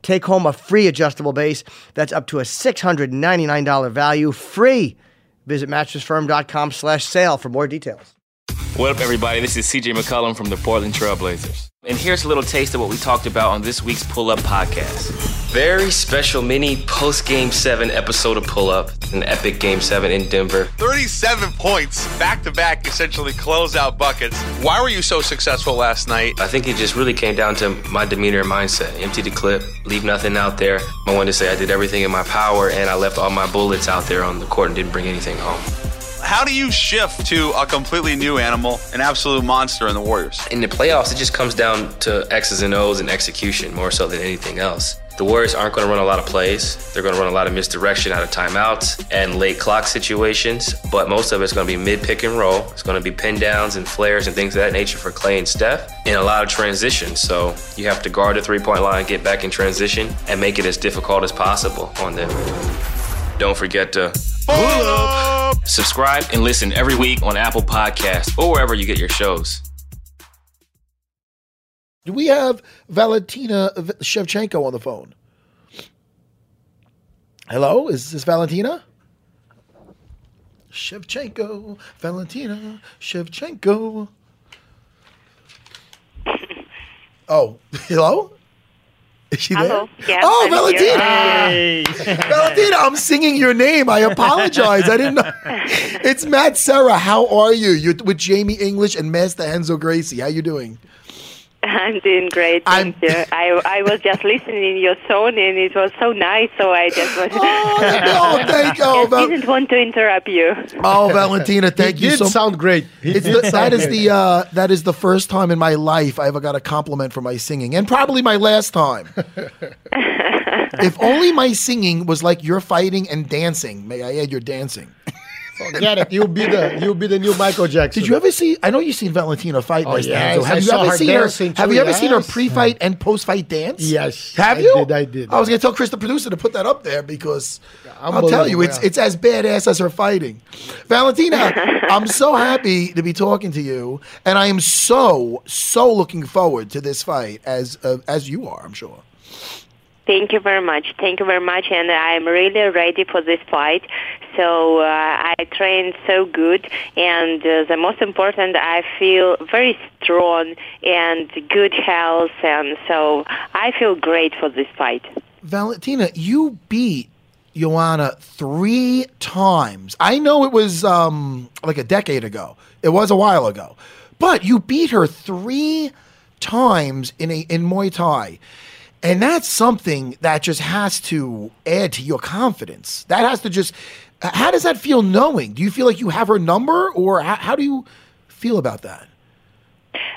Take home a free adjustable base that's up to a $699 value free. Visit mattressfirm.com slash sale for more details. What up, everybody? This is CJ McCollum from the Portland Trailblazers. And here's a little taste of what we talked about on this week's Pull Up podcast. Very special mini post Game 7 episode of Pull Up, an epic Game 7 in Denver. 37 points, back to back, essentially closeout buckets. Why were you so successful last night? I think it just really came down to my demeanor and mindset. Empty the clip, leave nothing out there. I wanted to say I did everything in my power and I left all my bullets out there on the court and didn't bring anything home. How do you shift to a completely new animal, an absolute monster in the Warriors? In the playoffs, it just comes down to X's and O's and execution more so than anything else. The Warriors aren't going to run a lot of plays. They're going to run a lot of misdirection out of timeouts and late clock situations, but most of it's going to be mid pick and roll. It's going to be pin downs and flares and things of that nature for Clay and Steph, and a lot of transition. So you have to guard the three point line, get back in transition, and make it as difficult as possible on them. Don't forget to subscribe and listen every week on Apple Podcasts or wherever you get your shows. Do we have Valentina V- Shevchenko on the phone? Hello, is this Valentina? Shevchenko, Valentina Shevchenko. Oh, hello? Is she Hello. there? Yes, oh, I'm Valentina. here. Hey. Valentina, I'm singing your name. I apologize. I didn't know. It's Matt Sarah. How are you? You're with Jamie English and Master Enzo Gracie. How you doing? I'm doing great. Thank you. I, I was just listening to your song and it was so nice, so I just was. oh, thank you. didn't want to interrupt you. Oh, Valentina, thank you did so sound great. He It's did the, that sound is great. the uh, that is the first time in my life I ever got a compliment for my singing, and probably my last time. if only my singing was like you're fighting and dancing. May I add your dancing? Forget it. You'll be the you'll be the new Michael Jackson. Did you ever see? I know you seen Valentina fight. Oh, Miss yes, Danzo. Have I you saw ever her seen her? dancing Have too, you ever seen her yes. pre-fight and post-fight dance? Yes, Have I you? Oh, did, I did. I was gonna tell Chris the producer to put that up there because I'll Unbelievable, tell you, it's yeah. it's as badass as her fighting. Valentina, I'm so happy to be talking to you, and I am so so looking forward to this fight as uh, as you are. I'm sure. Thank you very much. Thank you very much, and I'm really ready for this fight. So uh, I trained so good, and uh, the most important, I feel very strong and good health, and so I feel great for this fight. Valentina, you beat Joanna three times. I know it was um, like a decade ago. It was a while ago, but you beat her three times in a in Muay Thai, and that's something that just has to add to your confidence. That has to just. How does that feel knowing? Do you feel like you have her number, or how, how do you feel about that?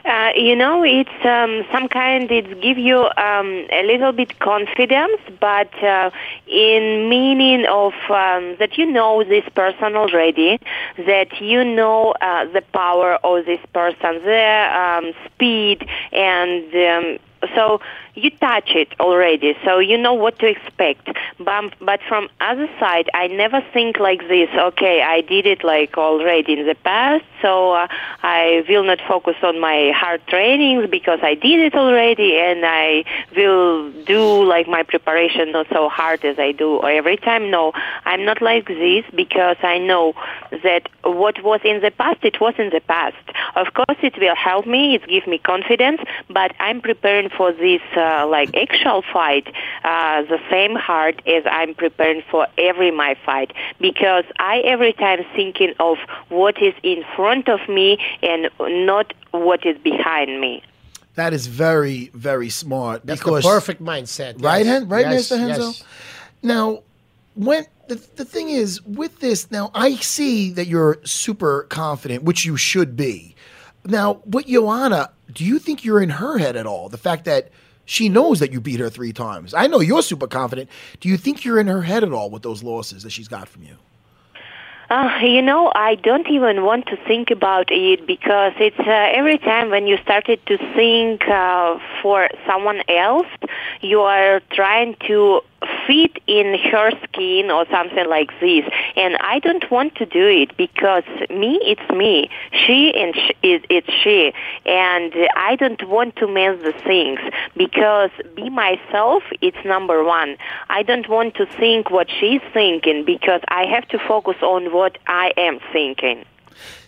Uh, you know, it's um, some kind. It give you um, a little bit confidence, but uh, in meaning of um, that you know this person already, that you know uh, the power of this person, their um, speed, and um, so you touch it already, so you know what to expect. But, but from other side, I never think like this. Okay, I did it like already in the past, so uh, I will not focus on my hard trainings because I did it already, and I will do like my preparation not so hard as I do every time. No, I'm not like this because I know that what was in the past, it was in the past. Of course, it will help me. It gives me confidence, but I'm preparing for this uh, like actual fight uh, the same heart as I'm preparing for every my fight because I every time thinking of what is in front of me and not what is behind me. That is very, very smart. That's because the perfect mindset. Right, yes. Hen- right, Yes, Mr. Henzo. yes. Now, when the, the thing is with this, now I see that you're super confident, which you should be. Now, with Joanna, do you think you're in her head at all? The fact that she knows that you beat her three times. I know you're super confident. Do you think you're in her head at all with those losses that she's got from you? Uh, you know, I don't even want to think about it because it's uh, every time when you started to think uh, for someone else, you are trying to fit in her skin or something like this. And I don't want to do it because me, it's me. She and sh is it's she. And I don't want to mess the things because be myself, it's number one. I don't want to think what she's thinking because I have to focus on what I am thinking.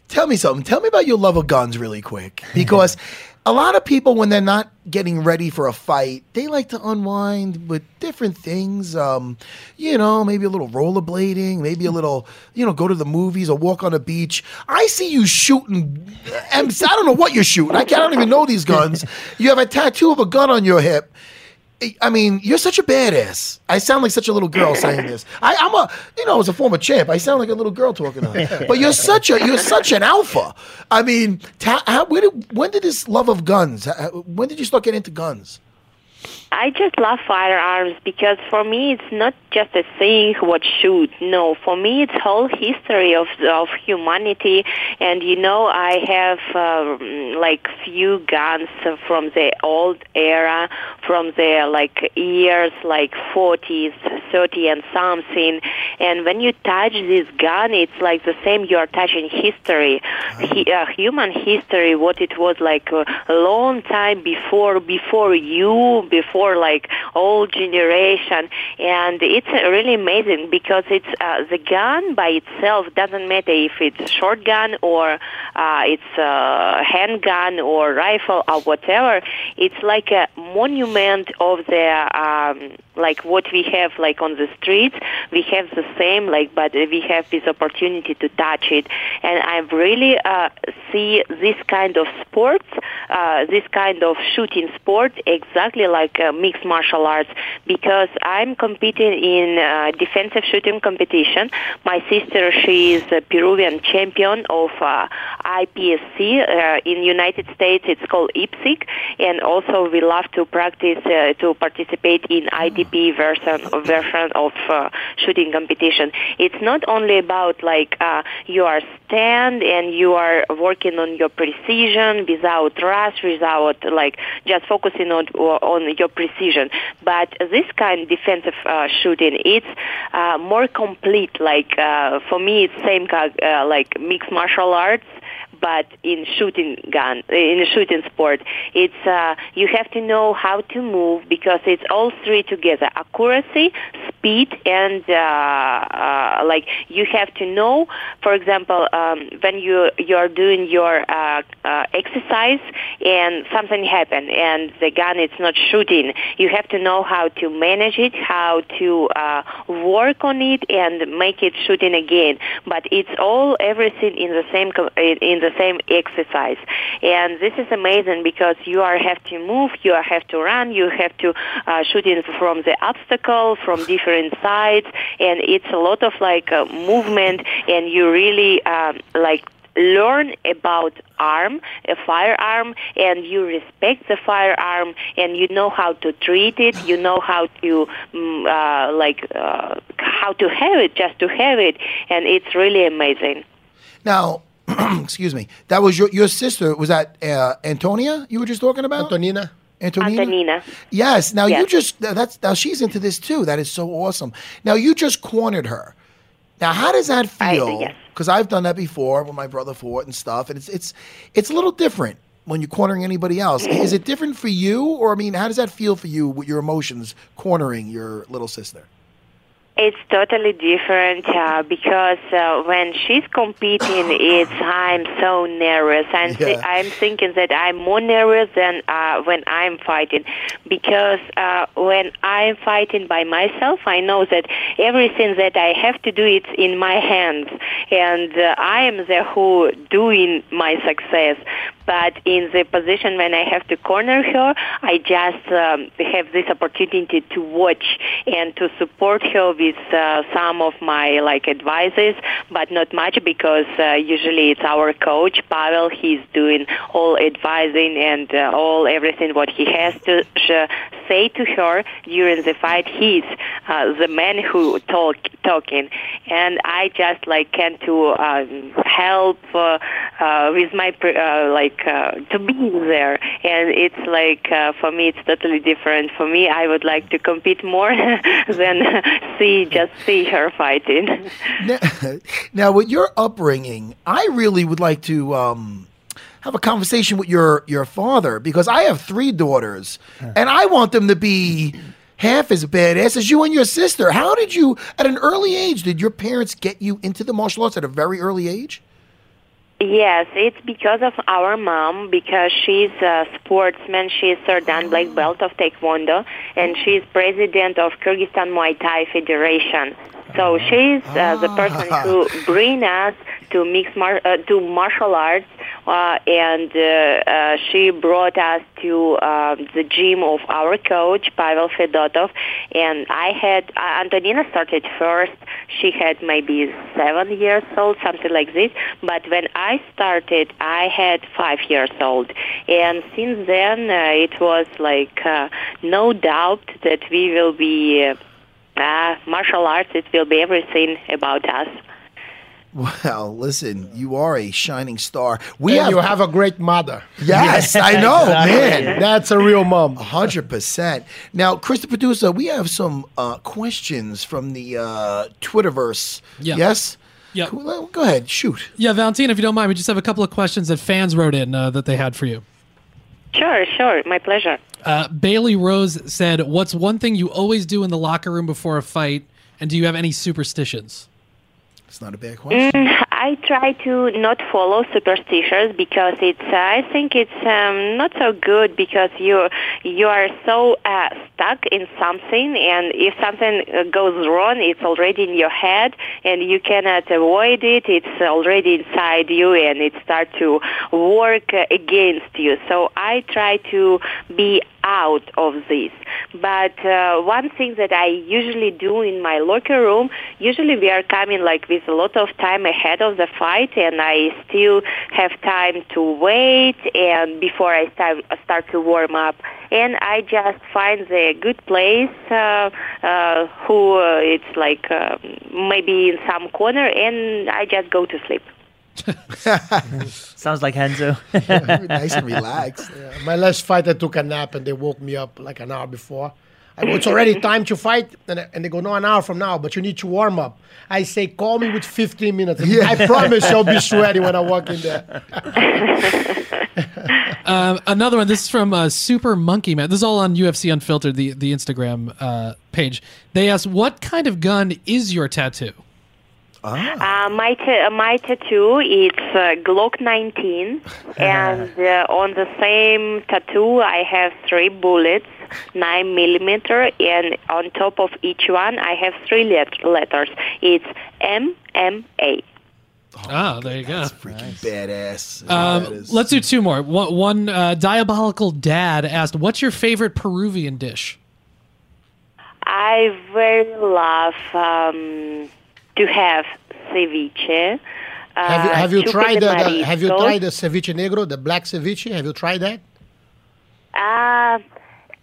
Tell me something. Tell me about your love of guns really quick. Because a lot of people, when they're not getting ready for a fight, they like to unwind with different things. Um, you know, maybe a little rollerblading, maybe a little, you know, go to the movies or walk on a beach. I see you shooting. I don't know what you're shooting. I, can't, I don't even know these guns. You have a tattoo of a gun on your hip. I mean, you're such a badass. I sound like such a little girl saying this. I, I'm a, you know, as a former champ, I sound like a little girl talking. To her. But you're such a, you're such an alpha. I mean, ta- how, where did, when did this love of guns? uh, When did you start getting into guns? I just love firearms because for me it's not just a thing what shoot. No, for me it's whole history of of humanity. And you know I have um, like few guns from the old era, from the like years like 40s, 30 and something. And when you touch this gun, it's like the same you are touching history, he, uh, human history, what it was like a long time before, before you, before like old generation. And it's uh, really amazing because it's uh, the gun by itself doesn't matter if it's shotgun or uh, it's uh, handgun or rifle or whatever. It's like a monument of the um, like what we have like on the streets. We have the same like, but we have this opportunity to touch it. And I really uh, see this kind of sports, uh, this kind of shooting sport, exactly like uh, mixed martial arts, because I'm competing in uh, defensive shooting competition. My sister, she is a Peruvian champion of uh, IPSC uh, in United States. It's called IPSC, and also we love to practice uh, to participate in IDP version version of uh, shooting competition. It's not only about like uh, you are stand and you are working on your precision without rush, without like just focusing on on your precision. But this kind defensive uh, shooting, it's uh, more complete. Like uh, for me, it's same kind uh, like mixed martial arts but in shooting gun in a shooting sport it's uh, you have to know how to move because it's all three together accuracy speed and uh, uh, like you have to know for example um, when you you're doing your uh, uh, exercise and something happened and the gun it's not shooting you have to know how to manage it how to uh, work on it and make it shooting again but it's all everything in the same co- in in the same exercise and this is amazing because you are have to move you are have to run you have to uh, shoot in from the obstacle from different sides and it's a lot of like uh, movement and you really um, like learn about arm, a firearm, and you respect the firearm, and you know how to treat it, you know how to mm, uh, like uh, how to have it, just to have it, and it's really amazing. Now, excuse me. That was your your sister. Was that uh, Antonia you were just talking about? Antonina. Antonina. Antonina. Yes. Now you Yes. just now that's now she's into this too. That is so awesome. Now you just cornered her. Now how does that feel? yes. Because I've done that before with my brother Fort and stuff, and it's it's it's a little different when you're cornering anybody else. is it different for you, or I mean, how does that feel for you with your emotions cornering your little sister? It's totally different uh, because uh, when she's competing, it's I'm so nervous. I'm thi- Yeah. I'm thinking that I'm more nervous than uh, when I'm fighting because uh, when I'm fighting by myself, I know that everything that I have to do it's in my hands, and uh, I am the who doing my success. But in the position when I have to corner her, I just um, have this opportunity to watch and to support her with uh, some of my like advices, but not much because uh, usually it's our coach Pavel. He's doing all advising and uh, all everything what he has to sh- say to her during the fight. He's uh, the man who talk talking, and I just like can to um, help uh, uh, with my pr- uh, like uh, to be there, and it's like uh, for me it's totally different. For me, I would like to compete more than see just see her fighting. now, now, with your upbringing, I really would like to um, have a conversation with your your father because I have three daughters, and I want them to be half as badass as you and your sister. How did you, at an early age, did your parents get you into the martial arts at a very early age? Yes, it's because of our mom because she's a sportsman. She's Sir Dan Black Belt of Taekwondo, and she's president of Kyrgyzstan Muay Thai Federation. So she's uh, the person who bring us to mix mar- uh, to martial arts, uh, and uh, uh, she brought us to uh, the gym of our coach Pavel Fedotov, and I had uh, Antonina started first. She had maybe seven years old, something like this. But when I started, I had five years old, and since then uh, it was like uh, no doubt that we will be. Uh, uh, martial arts, it will be everything about us. Well, listen, you are a shining star. We And have, you have a great mother. Yes, I know, man. That's a real mom. hundred percent. Now, Chris, the producer, we have some uh, questions from the uh, Twitterverse. Yeah. Yes. Ah, Yeah. Well, go ahead, shoot. Yeah, Valentina, if you don't mind, we just have a couple of questions that fans wrote in uh, that they had for you. Sure, sure, my pleasure. Uh, Bailey Rose said, "What's one thing you always do in the locker room before a fight, and do you have any superstitions?" It's not a bad Mm, I try to not follow superstitions because it's. Uh, I think it's um, not so good because you you are so uh, stuck in something, and if something uh, goes wrong, it's already in your head, and you cannot avoid it. It's already inside you, and it starts to work uh, against you. So I try to be out of this. But uh, one thing that I usually do in my locker room, usually we are coming like with a lot of time ahead of the fight, and I still have time to wait and before I start, start to warm up. And I just find the good place, uh, uh, who uh, it's like uh, maybe in some corner, and I just go to sleep. Sounds like Henzo. nice and relaxed. Yeah, my last fight, I took a nap and they woke me up like an hour before. I go, it's already time to fight. And, I- and they go, no, an hour from now, but you need to warm up. I say, call me with 15 minutes. I promise you'll be sweaty when I walk in there. Um, another one. This is from uh, Super Monkey Man. This is all on UFC Unfiltered, the the Instagram uh, page. They asked, "What kind of gun is your tattoo?" Ah. Uh, my ta- uh, my tattoo it's uh, Glock 19, and uh, on the same tattoo I have three bullets, nine millimeter, and on top of each one I have three let- letters. It's M M A. Ah, there you go. Oh, Badass. That Um, is- let's do two more. One, one uh, diabolical dad asked, "What's your favorite Peruvian dish?" I very love um, to have ceviche. Uh, have you, have you chuca tried de the, the- have you mariscos. tried the ceviche negro, the black ceviche? Have you tried that? Uh,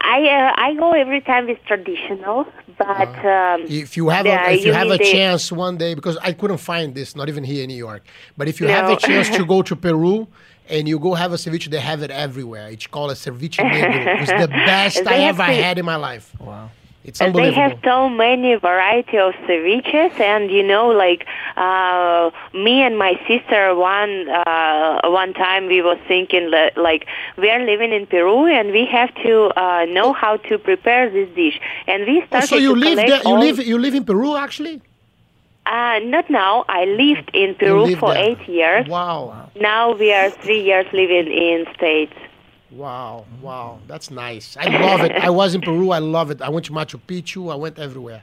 I uh, I go every time with traditional, but um, Uh-huh. If you have yeah, a, if you, have mean a the- chance one day, because I couldn't find this, not even here in New York. But if you have No. a chance to go to Peru and you go have a ceviche, they have it everywhere. It's called a ceviche negro. It's the best I They have ever to- had in my life. Wow, it's And they unbelievable. have so many variety of ceviches, and you know, like uh, me and my sister, one uh, one time we was thinking li- like we are living in Peru, and we have to uh, know how to prepare this dish, and we Oh, started. so you to live collect there, you all- live you live in Peru actually? Uh, not now. I lived in Peru lived for there. eight years. Wow. Now we are three years living in States. Wow, wow, that's nice. I love it. I was in Peru. I love it. I went to Machu Picchu. I went everywhere.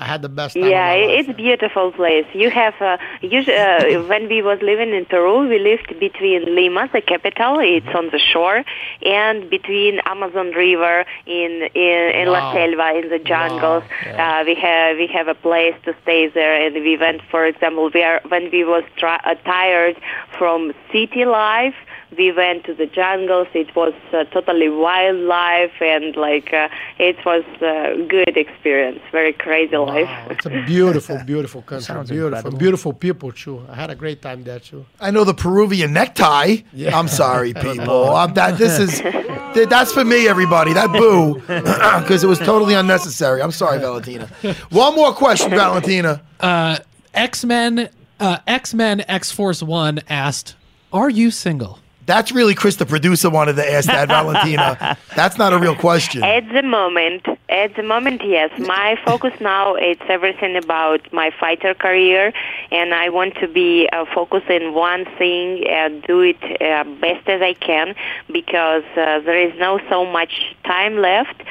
I had the best time. of yeah, my life. it- it's beautiful place. You have uh, usually, uh, when we was living in Peru, we lived between Lima, the capital, it's on the shore, and between Amazon River in in, in Wow. La Selva in the jungles. Uh, we have we have a place to stay there, and we went, for example, we are, when we was tri- uh, tired from city life. We went to the jungles. It was uh, totally wildlife, and like uh, it was a good experience. Very crazy life. It's a beautiful, beautiful country. Sounds Beautiful, incredible. beautiful people too. I had a great time there too. I know the Peruvian necktie. Yeah. I'm sorry, people. I'm, that this is th- that's for me, everybody. That boo, because it was totally unnecessary. I'm sorry, Valentina. One more question, Valentina. Uh, X Men, uh, X Men, X Force One asked, "Are you single?" That's really Chris, the producer, wanted to ask that, Valentina. That's not a real question. At the moment, at the moment, yes. My focus now it's everything about my fighter career, and I want to be uh, focused in one thing and do it uh, best as I can because uh, there is no so much time left.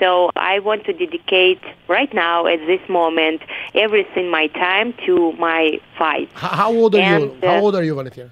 So I want to dedicate right now at this moment everything my time to my fight. H- How old are And, you? uh, How old are you, Valentina?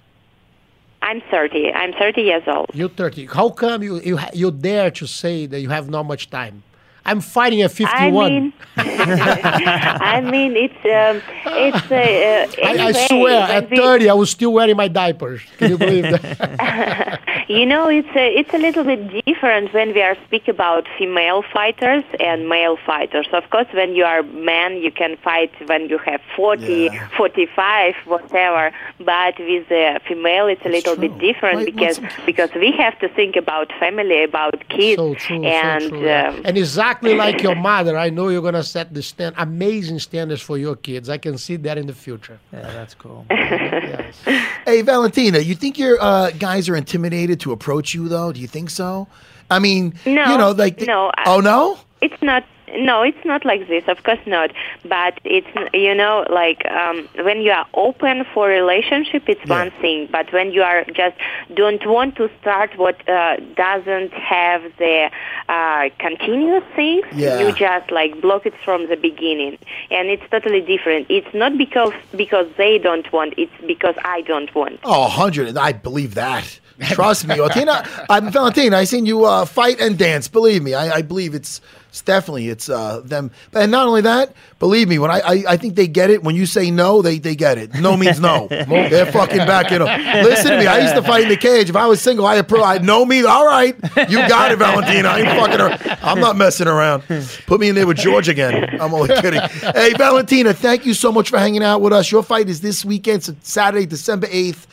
I'm 30. I'm 30 years old. You're 30. How come you you ha- you dare to say that you have not much time? I'm fighting at 51. I mean, I mean, it's um, it's uh, uh, I, I anyway, swear, when at we- 30, I was still wearing my diapers. Can you believe that? you know, it's a, it's a little bit different when we are speak about female fighters and male fighters. Of course, when you are man, you can fight when you have 40, 45, whatever. But with a female, it's a little bit different because because we have to think about family, about kids, and um, and exactly like your mother, I know you're going to set the stand, amazing standards for your kids. I can see that in the future. Yeah, that's cool. Hey, Valentina, you think your uh, guys are intimidated to approach you, though? Do you think so? I mean, No, you know, like, the- no, I- oh no, It's not. No, it's not like this. Of course not. But it's you know like um, when you are open for relationship, it's one thing. But when you are just don't want to start what uh, doesn't have the uh, continuous things, Yeah. you just like block it from the beginning, and it's totally different. It's not because because they don't want. It's because I don't want. oh, a hundred. I believe that. Trust me, Valentina. I'm Valentina. I seen you uh, fight and dance. Believe me, I, I believe it's, it's definitely it's uh, them. And not only that, believe me, when I, I I think they get it. When you say no, they they get it. No means no. They're fucking backing up. Listen to me. I used to fight in the cage. If I was single, I appro. I no means. All right, you got it, Valentina. I ain't fucking. Around. I'm not messing around. Put me in there with George again. I'm only kidding. Hey, Valentina, thank you so much for hanging out with us. Your fight is this weekend, so Saturday, December eighth,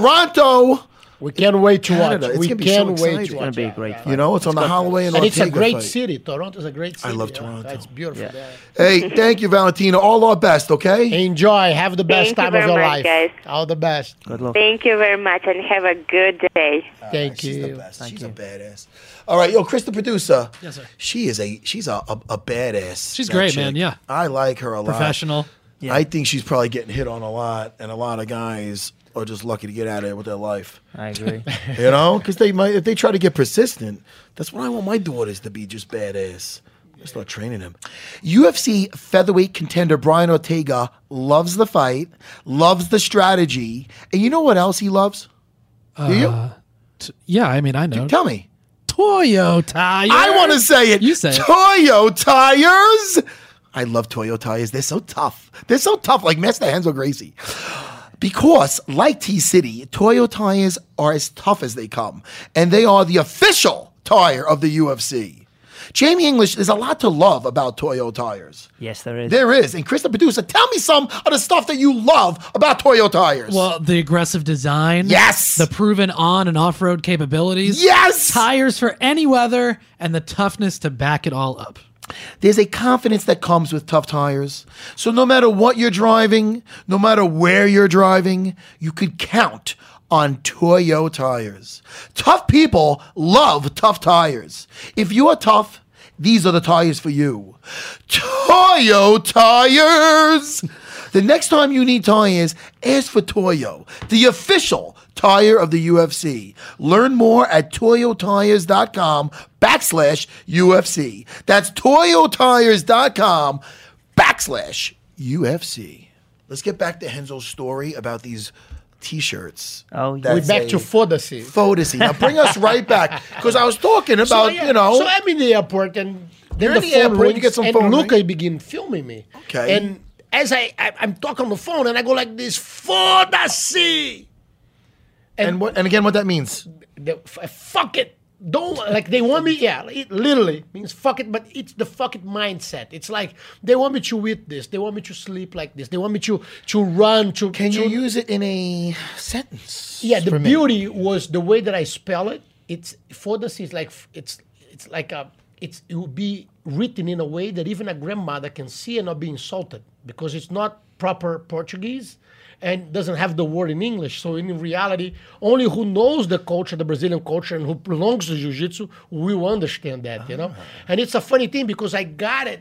Toronto. We can't wait to Canada. watch. It's we gonna be so can't wait exciting. to It's gonna watch. be a Yeah, great yeah. fight. You know, it's on the Holloway and and it's a Ortega great fight. city. Toronto's a great city. I love Toronto. It's beautiful. there. Hey, thank you, Valentina. All our best, okay? Enjoy. Have the Thank you best time very of your much, life. guys. All the best. Good Thank you very much, and have a good day. Thank you. She's the best. she's a badass. All right, yo, Chris, the producer. Yes, sir. She is a she's a a, a badass. She's that great, man, yeah. I like her a lot. Professional. I think she's probably getting hit on a lot, and a lot of guys are just lucky to get out of there with their life. I agree. you know, because they might if they try to get persistent. That's what I want my daughters to be, just badass. I start training them. UFC featherweight contender Brian Ortega loves the fight, loves the strategy, and you know what else he loves? Do you? Uh, t- yeah, I mean, I know. Tell me. Toyo tires. I want to say it. You say it. Toyo tires. I love Toyo tires. They're so tough. They're so tough, like Master Hansel Gracie. Because, like T City, Toyo tires are as tough as they come, and they are the official tire of the UFC. Jamie English, there's a lot to love about Toyo tires. Yes, there is. There is. And Chris, the producer, tell me some of the stuff that you love about Toyo tires. Well, the aggressive design. Yes. The proven on and off road capabilities. Yes. Tires for any weather and the toughness to back it all up. There's a confidence that comes with tough tires. So no matter what you're driving, no matter where you're driving, you could count on Toyo tires. Tough people love tough tires. If you are tough, these are the tires for you. Toyo tires. The next time you need tires, ask for Toyo, the official tire of the UFC. Learn more at toyotires.com backslash UFC. That's toyotires.com backslash UFC. Let's get back to Henzo's story about these t-shirts. Oh, yeah. We're back to Fodacy. Fodacy. Now bring us right back because I was talking about, So, yeah, you know. So I'm in the airport and You're then in the, the phone airport, you rings get some and phone Luca ring. begin filming me. Okay. And as I, I I'm talking on the phone and I go like this Fodacy. and, what, and again, what that means. the, f- uh, fuck it. Don't like they want me. Yeah, it literally means fuck it. But it's the fuck it mindset. It's like they want me to eat this. They want me to sleep like this. They want me to to run to. Can you to- use it in a sentence? Yeah, the for me? beauty was the way that I spell it. It's Fodas is like f- it's it's like a it's it would be written in a way that even a grandmother can see and not be insulted because it's not proper Portuguese and doesn't have the word in English. So in reality, only who knows the culture, the Brazilian culture, and who belongs to Jiu-Jitsu will understand that, you Ah. know. And it's a funny thing because I got it.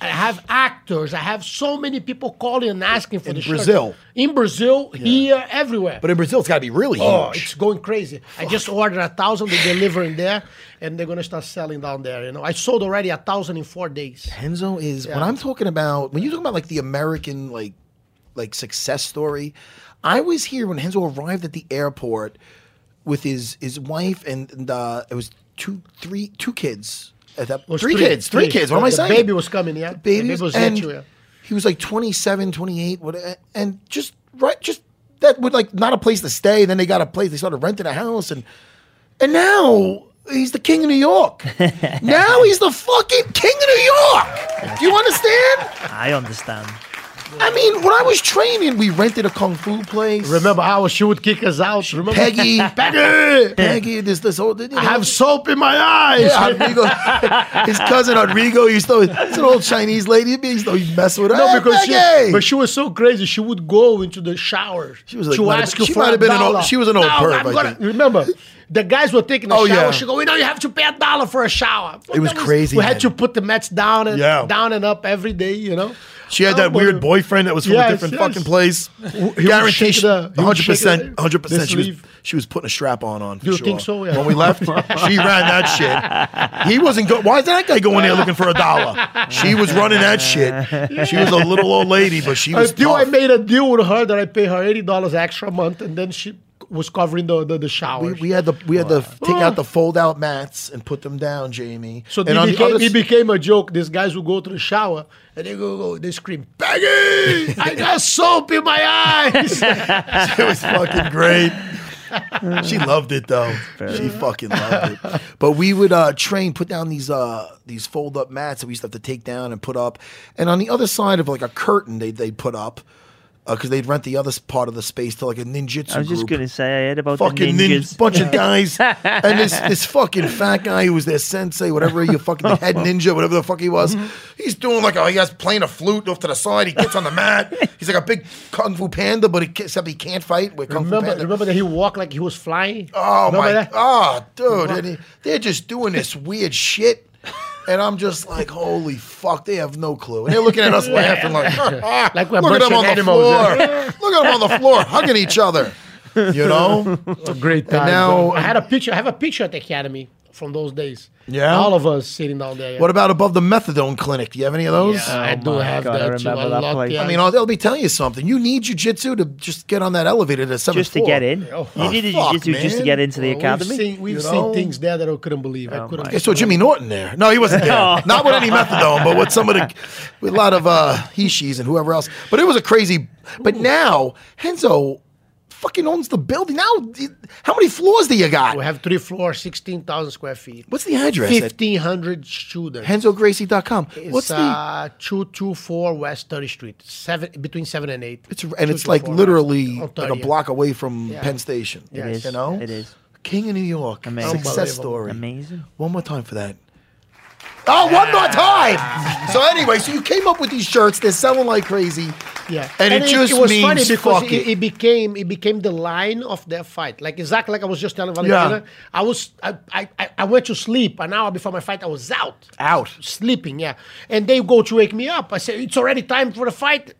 I have actors. I have so many people calling and asking for In the Brazil. shirt. In Brazil, here, everywhere. But in Brazil, it's got to be really huge. Oh, it's going crazy. I just ordered a thousand, they're delivering there, and they're gonna start selling down there. You know, I sold already a thousand in four days. Henzo is when Yeah. I'm talking about when you talk about like the American like like success story. I was here when Henzo arrived at the airport with his his wife and, and uh, it was two three two kids at that It was three, kids three, kids. What The- am I the saying? Baby was coming, yeah. The baby was and here, too, yeah. he was like 27 28 what and just right just that would like not a place to stay then they got a place they started renting a house and and now he's the king of new york now he's the fucking king of new york do you understand I understand. i mean when i was training we rented a kung fu place Remember how she would kick us out? Remember Peggy, Peggy, Peggy, this this whole. You know, I have soap in my eyes. Yeah, Rodrigo, his cousin Rodrigo used to. It's an old Chinese lady. He used to mess with her. No, because Peggy! she, but she was so crazy. She would go into the shower. She was like, to might have ask been- you she for might a have been an old- dollar. she was an old no, perv, I'm I gonna- think. Remember, the guys were taking a Oh, shower. yeah. She go, you know, you have to pay a dollar for a shower. It was That crazy, We man. had to put the mats down and Yeah. down and up every day. You know. Oh, She had that weird boyfriend that was from a Yes, different yes. fucking place. He would Guaranteed, shake it up. He would hundred shake it percent, up. hundred percent. This She was leave. she was putting a strap on on. For You sure. think so? Yeah. When we left, she ran that shit. He wasn't. Go- Why is that guy going there looking for a dollar? She was running that shit. She was a little old lady, but she was. Until I tough. made a deal with her that I pay her eighty dollars extra a month, and then she was covering the the, the We, shower. we had the we had to take out the fold out mats and put them down, Jamie. Oh. so and it on the became, other it s- became a joke. These guys would go to the shower and they go, go they scream, "Peggy, I got soap in my eyes." it was fucking great. She loved it though. she fucking loved it. But we would uh, train, put down these uh, these fold up mats that we used to have to take down and put up. And on the other side of like a curtain, they they'd put up because they'd rent the other s- part of the space to like a ninjutsu. I was just group. going to say, I heard about Fucking the nin- ninjas. bunch of guys, and this this fucking fat guy who was their sensei, whatever you fucking the head ninja, whatever the fuck he was. He's doing like a, he has playing a flute off to the side. He gets on the mat. He's like a big kung fu panda, but he, ca- except he can't fight with kung fu remember, panda. remember that he walked like he was flying. Oh remember my! that? Oh, dude, and he- they're just doing this weird shit, and I'm just like, holy fuck! They have no clue, and they're looking at us laughing like, "Ah, Like we're look at them on bunch the of animals, floor, yeah. look at them on the floor hugging each other, you know. A great time, now bro. I had a picture. I have a picture at the academy from those days. Yeah? all of us sitting down there. What about above the methadone clinic? Do you have any of those? Yeah, I Oh do my have God, I that too. remember I that love- place. yeah. I mean, I'll- they'll be telling you something. You need jujitsu to just get on that elevator to seven. Just to get in? Oh, You needed fuck, jujitsu just to man. get into the Well, we've academy? seen- we've You seen things there that I couldn't believe. I couldn't. Okay, so Jimmy Norton there? No, he wasn't there. Oh. Not with any methadone, but with some of the, with a lot of uh, he, she's, and whoever else. But it was a crazy. But now Henzo fucking owns the building. Now, how many floors do you got? We have three floors, sixteen thousand square feet. What's the address? Fifteen hundred students. HenzoGracie.com. It's What's the uh, two two four West Thirty Street, seven between seven and eight. It's and it's like literally like a block away from Yeah. Penn Station. It is. You know? It is. King of New York. Amazing. Success Unbelievable. story. Amazing. One more time for that. Oh, one more time. so anyway, so you came up with these shirts. They're selling like crazy. Yeah, And, it, just was means funny because it, fuck it. it became it became the line of their fight. Like exactly like I was just telling Yeah. Valentina, I was I, I I- I went to sleep an hour before my fight. I was out, out sleeping. Yeah, and they go to wake me up. I say it's already time for the fight,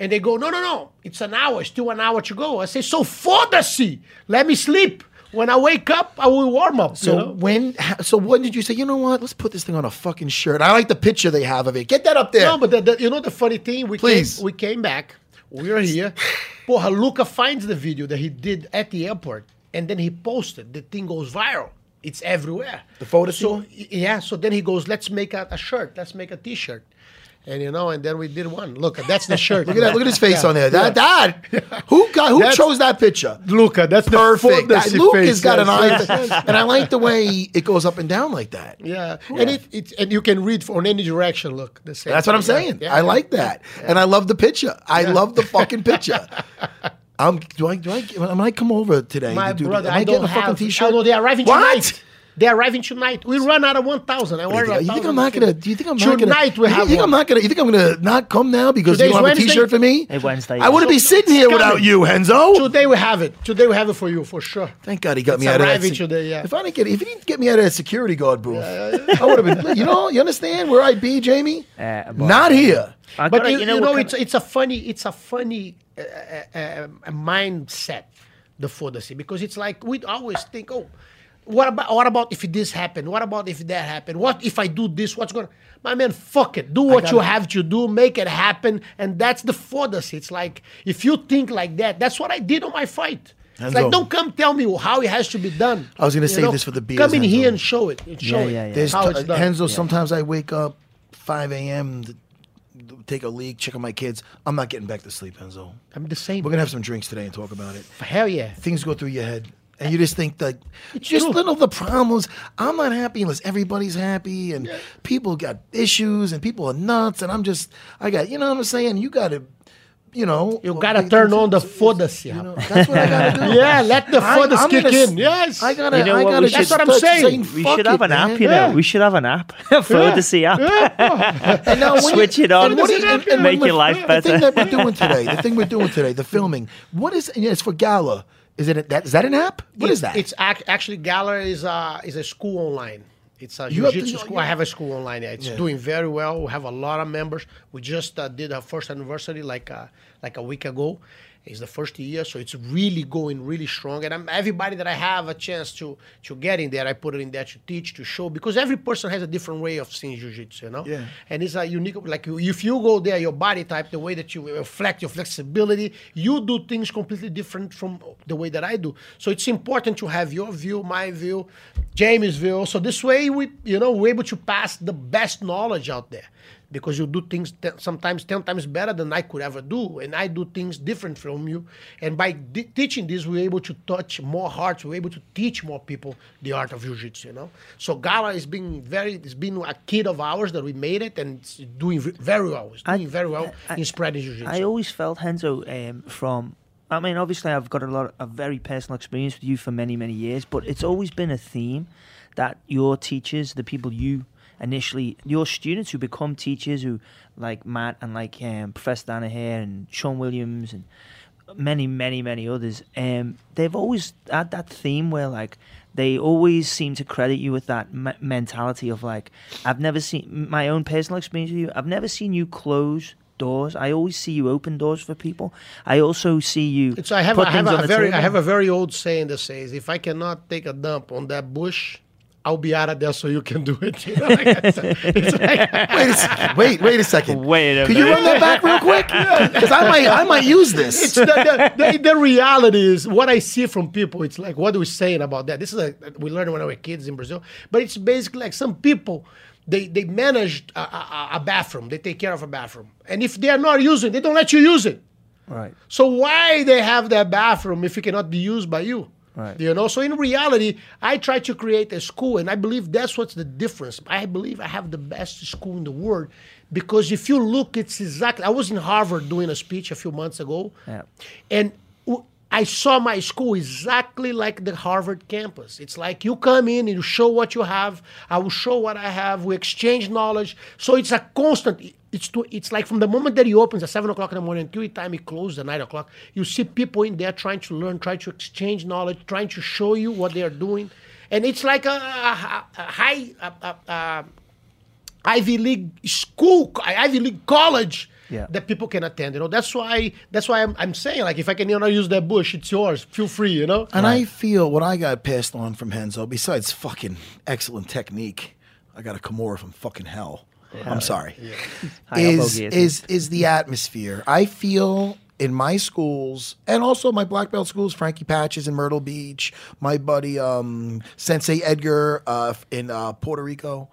and they go no no no, it's an hour, it's still an hour to go. I say so for the sea, let me sleep. When I wake up, I will warm up. So you know? when ha- so when did you say, you know what? Let's put this thing on a fucking shirt. I like the picture they have of it. Get that up there. No, but the, the, you know the funny thing, we Please. came, we came back, we are here. Porra, Luca finds the video that he did at the airport, and then he posted. The thing goes viral. It's everywhere. The photo. So y- yeah, so then he goes, let's make a, a shirt. Let's make a T-shirt. And you know, and then we did one. Look, that's the shirt. Look at that. Look at his face on there. That that who got who That's- chose that picture? Luca, that's perfect. the That- Luke has got an eye, eye, and I like the way it goes up and down like that. Yeah, Cool. and it, it and you can read from any direction. Look, the same That's what I'm thing. Yeah, saying. yeah, I yeah, like yeah. that, and I love the picture. I love the fucking picture. I'm do I do I when I come over today? My to do- brother, am I, getting don't a fucking have. t-shirt. Oh, no, they're arriving What? tonight. They're arriving tonight. We run out of one thousand. I ordered. You think I'm not gonna? Do you think I'm not tonight gonna? Tonight we you have. think I'm one. not gonna? You think I'm gonna not come now because you Today's don't have a Wednesday? t-shirt for me? Hey, Wednesday. I wouldn't be So- sitting here it's without coming. you, Henzo. Today we have it. Today we have it for you for sure. Thank God he got It's me out of that. arriving se- today, yeah. If I didn't get, if he didn't get me out of that security guard booth, I would have been. You know, you understand where I'd be, Jamie? Not here. but you, you know, it's it's a funny it's a funny uh, uh, uh, mindset the fantasy because it's like we always think oh what about what about if this happened what about if that happened what if I do this what's gonna my man fuck it do what got you it. have to do make it happen and that's the fantasy it's like if you think like that that's what I did on my fight. It's Enzo. like don't come tell me how it has to be done. I was gonna You save this for the beers, Come in Enzo. here and show it. and Show it. There's How t- it's done. Henzo, sometimes I wake up 5 a.m. to to take a leak, check on my kids. I'm not getting back to sleep, Henzo. I'm the same. We're gonna have some drinks today and talk about it. Hell yeah. Things go through your head. And you just think that just little the problems. I'm not happy unless everybody's happy and people got issues and people are nuts and I'm just I got you know what I'm saying? You gotta you know uh, You gotta turn on the fantasy. You know, that's what I gotta do. yeah, let the I- fantasy I'm kick gonna s- in. Yes, I gotta- You know I I what, gotta, we gotta should that's just what I'm start saying. saying We Fuck should have it, an app, man. you know. Yeah. We should have an app. Fantasy app. And now when Switch you- it on. and what do you- and- and make when your we- life The better. thing that we're doing today, the thing we're doing today, the filming. What is? Yeah, it's for Gala. Is it a, that? Is that an app? What It- is that? It's ac- actually Gala is a is a school online. It's a You have to- jiu-jitsu school. I have a school online. Yeah. It's Yeah. doing very well. We have a lot of members. We just uh, did our first anniversary like uh, like a week ago. It's the first year, so it's really going really strong. And I'm, everybody that I have a chance to to get in there, I put it in there to teach, to show, because every person has a different way of seeing jiu-jitsu, you know. Yeah. And it's a unique, like you- if you go there, your body type, the way that you reflect, your flexibility, you do things completely different from the way that I do. So it's important to have your view, my view, Jamie's view. So this way, we, you know, we're able to pass the best knowledge out there because you do things te- sometimes 10 times better than I could ever do. And I do things different from you. And by di- teaching this, we're able to touch more hearts. We're able to teach more people the art of jiu-jitsu, you know? So Gala has been very, it's been a kid of ours that we made it and it's doing v- very well. It's doing very well in spreading jiu-jitsu. I always felt Henzo um, from. I mean, obviously, I've got a lot, a very personal experience with you for many, many years, but it's always been a theme that your teachers, the people you initially, your students who become teachers, who like Matt and like um, Professor Danaher and Sean Williams and many, many, many others, um, they've always had that theme where like they always seem to credit you with that me- mentality of like, I've never seen my own personal experience with you. I've never seen you close doors. I always see you open doors for people. I also see you. So I have, put I have things on a the very I table. have a very old saying that says if I cannot take a dump on that bush, I'll be out of there so you can do it. You know, like I said, it's like- Wait, a sec- wait, wait a second. Wait a Could you run that back real quick? Because I might, I might use this. It's the, the, the, the reality is what I see from people. It's like what are we saying about that? This is like we learned when we were kids in Brazil, but it's basically like some people they they manage a, a, a bathroom, they take care of a bathroom, and if they are not using, it, they don't let you use it. Right. So why they have that bathroom if it cannot be used by you? Right. You know, so in reality, I try to create a school, and I believe that's what's the difference. I believe I have the best school in the world because if you look, it's exactly. I was in Harvard doing a speech a few months ago, Yeah. and w- I saw my school exactly like the Harvard campus. It's like you come in and you show what you have. I will show what I have. We exchange knowledge. So it's a constant. It's to, it's like from the moment that he opens at seven o'clock in the morning until the time he closes at nine o'clock. You see people in there trying to learn, trying to exchange knowledge, trying to show you what they are doing, and it's like a, a, a high. A, a, a, Ivy League school, Ivy League college Yeah. that people can attend. You know, that's why that's why I'm, I'm saying like if I can you know use that bush, it's yours. Feel free. You know. And I feel what I got passed on from Henzo, besides fucking excellent technique, I got a Kimura from fucking hell. Yeah. I'm sorry. Yeah. High elbow Is gear, is is the atmosphere? I feel in my schools and also my black belt schools, Frankie Patches in Myrtle Beach, my buddy um, Sensei Edgar uh, in uh, Puerto Rico.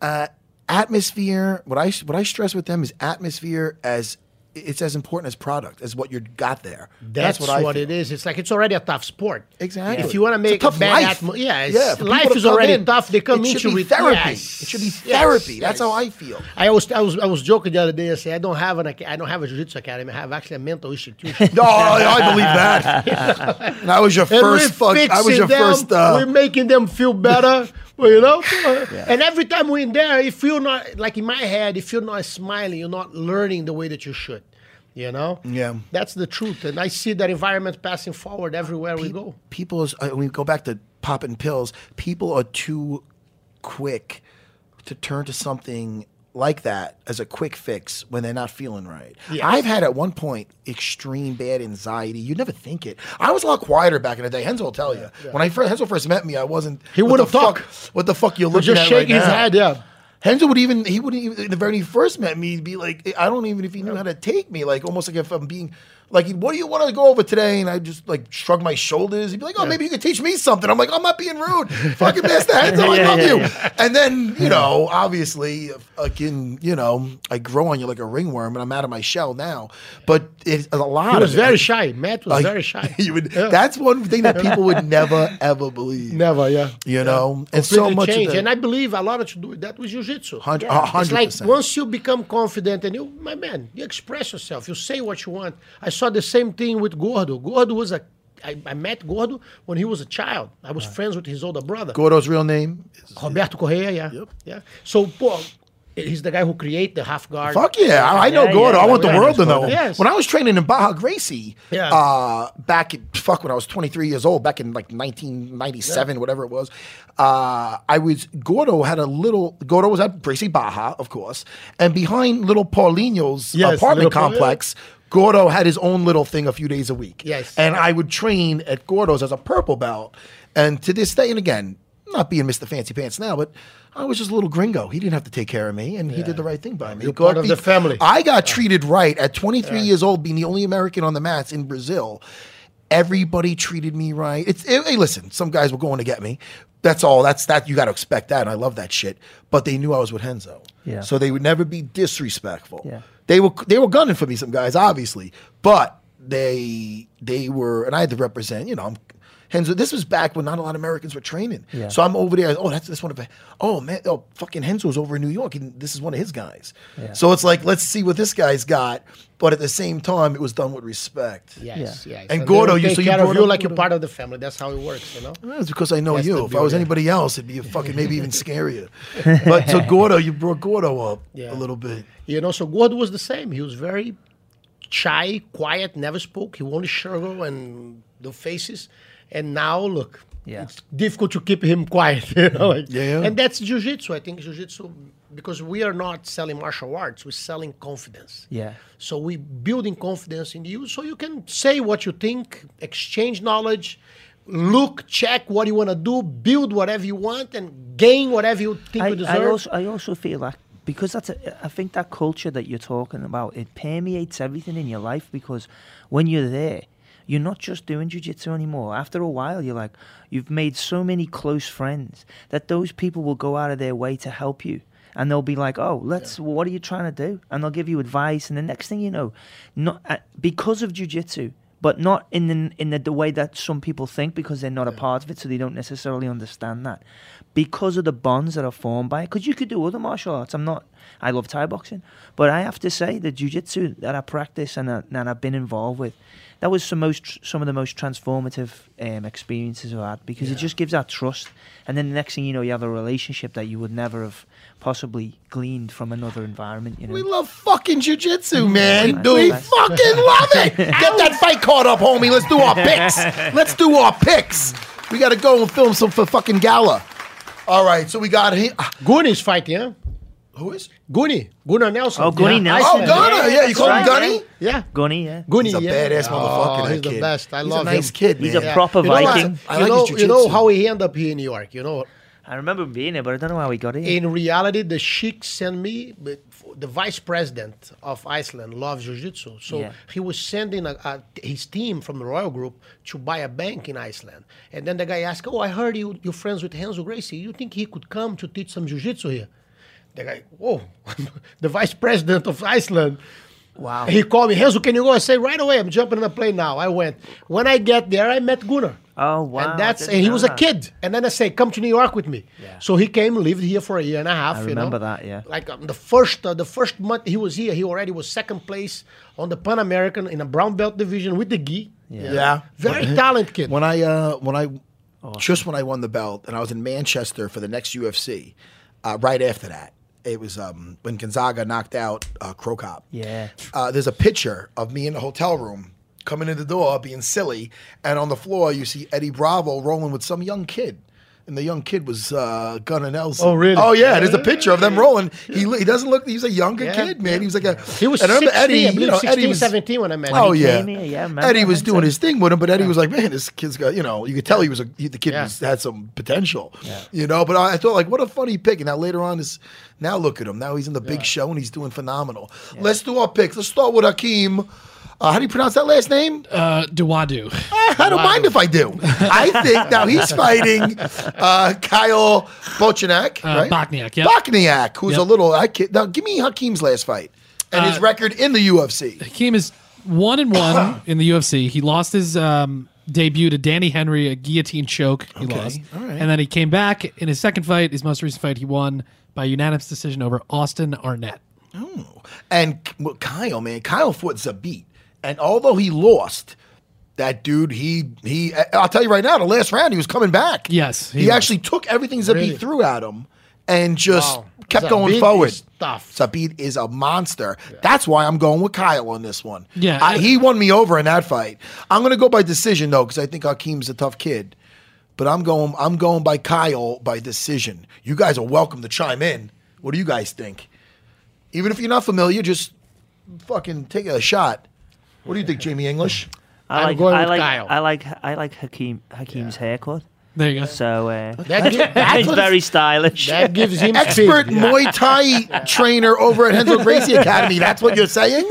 Uh, atmosphere. What I what I stress with them is atmosphere as it's as important as product as what you got there. That's, I what, feel. it is. It's like it's already a tough sport. Exactly. If you want to It's a make tough a bad life. atmo- yeah, it's, Yeah, for people life to is come already in, tough. They come it into should be with- therapy. Yes. It should be Yes. therapy. Yes. That's how I feel. I was I was I was joking the other day. I said I don't have an aca- I don't have a jiu-jitsu academy. I have actually a mental institution. No, I, I believe that. And I was your And we're first. Fuck, I was fixing your them, first. Uh, we're making them feel better. well, you know. And every time we're in there, if you're not like in my head, if you're not smiling, you're not learning the way that you should. You know. Yeah. That's the truth, and I see that environment passing forward everywhere we go. people is uh, we go back to popping pills. People are too quick to turn to something like that as a quick fix when they're not feeling right. Yes. I've had at one point extreme bad anxiety. You never think it. I was a lot quieter back in the day. Hensel will tell you. When I first Hensel first met me, I wasn't. He what wouldn't the talk. fuck- What the fuck you're He'd looking just at shake right his now. head, yeah. Hensel would even he wouldn't even the very first met me he'd be like I don't even if he knew how to take me like almost like if I'm being like what do you want to go over today and I just like shrug my shoulders he'd be like oh maybe you could teach me something I'm like I'm not being rude fucking Master Hensel I Yeah, love yeah, you yeah. and then you know obviously fucking you know I grow on you like a ringworm and I'm out of my shell now but it's a lot He was of it. very shy. Matt was Like, very shy. you would, That's one thing that people would never ever believe. Never, yeah. You know, and so completely much of change. the- and I believe a lot of to do with that with jiu-jitsu. Hundred- a hundred It's like percent. once you become confident and you, my man, you express yourself. You say what you want. I saw the same thing with Gordo. Gordo was a, I, I met Gordo when he was a child. I was friends with his older brother. Gordo's real name Roberto Correa, yeah. Yeah. So, pô, he's the guy who created the half guard. Fuck yeah, I, I know Yeah, Gordo. yeah, I want the yeah. world to know. Yes. When I was training in Baja Gracie, Yeah. uh, back in, fuck when I was 23 years old, back in like 1997, whatever it was, uh, I was Gordo had a little. Gordo was at Gracie Baja, of course, and behind little Paulinho's Yes, apartment Little Paul- complex. Gordo had his own little thing a few days a week. Yes. And I would train at Gordo's as a purple belt. And to this day, and again, not being Mr. Fancy Pants now, but I was just a little gringo. He didn't have to take care of me, and he did the right thing by me. You're part of the family. I got treated right at 23 years old, being the only American on the mats in Brazil. Everybody treated me right. It's eh, hey, listen, some guys were going to get me. That's all. That's that. You got to expect that. And I love that shit. But they knew I was with Henzo, Yeah. so they would never be disrespectful. Yeah. They were they were gunning for me. Some guys, obviously, but they they were, and I had to represent. You know, I'm. Henzo, this was back when not a lot of Americans were training. Yeah. So I'm over there. Oh, that's this one of. Oh man, oh fucking Henzo's over in New York, and this is one of his guys. Yeah. So it's like let's see what this guy's got, but at the same time, it was done with respect. Yes, yes. And, they Gordo, will you take so you care of brought you up like you're Gordo. part of the family. That's how it works, you know. That's because I know That's you. the If I was beauty. anybody else, it'd be fucking maybe even scarier. But so Gordo, you brought Gordo up Yeah. a little bit. You know, so Gordo was the same. He was very shy, quiet, never spoke. He only struggle and the faces. And now look, Yeah. it's difficult to keep him quiet. You know? like- Yeah, yeah. And that's jujitsu. I think jujitsu because we are not selling martial arts, we're selling confidence. Yeah. So we building confidence in you, so you can say what you think, exchange knowledge, look, check what you want to do, build whatever you want, and gain whatever you think I, you deserve. I also, I also feel like because that's a, I think that culture that you're talking about it permeates everything in your life because when you're there you're not just doing jiu-jitsu anymore after a while you're like you've made so many close friends that those people will go out of their way to help you and they'll be like oh let's what are you trying to do and they'll give you advice and the next thing you know not uh, because of jiu-jitsu but not in the, in the, the way that some people think because they're not a part of it, so they don't necessarily understand that. Because of the bonds that are formed by it, because you could do other martial arts. I'm not, I love Thai boxing, but I have to say the jujitsu that I practice and, uh, and I've been involved with, that was some, most, some of the most transformative um, experiences I've had because it Yeah. just gives that trust. And then the next thing you know, you have a relationship that you would never have possibly gleaned from another environment. You know? We love fucking jujitsu, Mm, man. I do. We fucking love it. Get that fight caught up, homie. Let's do our picks. Let's do our picks. We got to go and film some for fucking gala. All right, so we got him. Goonies fighting, huh? Who is? Goonie. Gunnar Nelson. Oh, Gunnar Nelson. I- Oh, Gunnar, yeah, you call him that's Gunny? right, Yeah. Gunny, yeah. Goonie, He's a yeah. badass motherfucker, Oh, that he's the kid. best. I He's a love nice him. kid, He's a man. proper you know, what? Viking. I you, like know, his you know jiu-jitsu. how he ended up here in New York. You know, I remember being there, but I don't know how we got here. in reality, the sheik sent me but f- the vice president of Iceland loves jiu-jitsu, so Yeah. he was sending a, a, his team from the Royal Group to buy a bank in Iceland. And then the guy asked, "Oh, I heard you you're friends with Hanzo Gracie. You think he could come to teach some jiu-jitsu here?" The guy, "Whoa, the vice president of Iceland." Wow. He called me, Hanzo, can you go? I say right away, I'm jumping in a plane now. I went. When I get there, I met Gunnar. Oh wow! And that's didn't and he know was a that. kid. And then I say, come to New York with me. So he came, lived here for a year and a half. I you know? remember that. Yeah. Like um, the first uh, the first month he was here, he already was second place on the Pan American in a brown belt division with the gi. Yeah. Very talented kid. When I uh when I just when I won the belt and I was in Manchester for the next UFC, uh, right after that, it was um when Gonzaga knocked out uh Crow Cop. Yeah. Uh, there's a picture of me in the hotel room coming in the door being silly, and on the floor you see Eddie Bravo rolling with some young kid. And the young kid was uh, Gunnar Nelson. Oh, really? Oh, yeah. There's a picture of them rolling. He lo- he doesn't look. He's a younger Yeah. kid, man. He was like a. He was 16, I believe 16, 17 when I met him. Oh When he yeah. came here, yeah, I remember, I Eddie was met doing him. his thing with him, but Eddie was like, man, this kid's got. You know, you could tell he was a he, the kid Yeah. was, had some potential. Yeah. You know, but I, I thought like, what a funny pick. And now later on is now look at him. Now he's in the big show and he's doing phenomenal. Let's do our picks. Let's start with Hakeem. Uh, how do you pronounce that last name? Ah, Uh, Duwadu. I don't mind if I do. I think now he's fighting uh, Kyle Bochenak, Uh, right? Bokniak, yep. Bokniak, who's a Yep. little. I kid, now give me Hakeem's last fight and his Uh, record in the UFC. Hakeem is one and one in the UFC. He lost his um, debut to Danny Henry, a guillotine choke. He Okay, lost, all right. and then he came back in his second fight, his most recent fight. He won by unanimous decision over Austin Arnett. And well, Kyle, man, Kyle fought Zabit, and although he lost, that dude, he he, I'll tell you right now, the last round he was coming back. Yes, he, he was. actually took everything Zabit Really? threw at him and just Wow. kept Zabit going forward. is Zabit is a monster. That's why I'm going with Kyle on this one. Yeah. I- he won me over in that fight. I'm going to go by decision though, because I think Hakeem's a tough kid. But I'm going. I'm going by Kyle by decision. You guys are welcome to chime in. What do you guys think? Even if you're not familiar, just fucking take a shot. What do you think, Jamie English? I like, I like, I like, I like Hakeem Hakeem's haircut. There you go. So uh, That gi- that it's gives- very stylish. expert Muay Thai trainer over at Henzo Gracie Academy. That's what you're saying.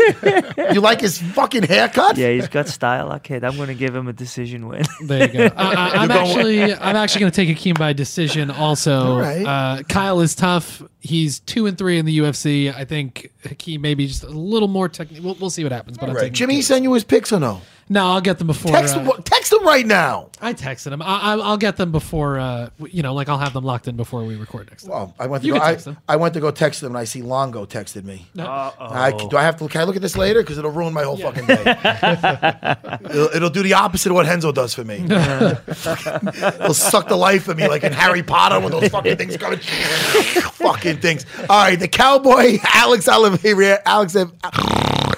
You like his fucking haircut? Yeah, he's got style, that kid. I'm going to give him a decision win. There Uh, you go. I, I, am actually I'm actually going to take Akeem by decision. Also, All right. uh, Kyle is tough. He's two and three in the UFC. I think Hakeem maybe just a little more technical. We'll, we'll see what happens. But I'm Right. taking Jimmy send you his picks or no? No, I'll get them before. Text uh, him, text him right now. I texted him. I, I, I'll get them before. Uh, w- you know, like I'll have them locked in before we record next. Well, I went to You go, can I, text him. I went to go text them and I see Longo texted me. No. I, do I have to? Can I look at this later? Because it'll ruin my whole fucking day. it'll, it'll do the opposite of what Henzo does for me. it'll suck the life of me, like in Harry Potter when those fucking things come. in. fucking things. All right, the cowboy Alex Oliveira, Alex, uh,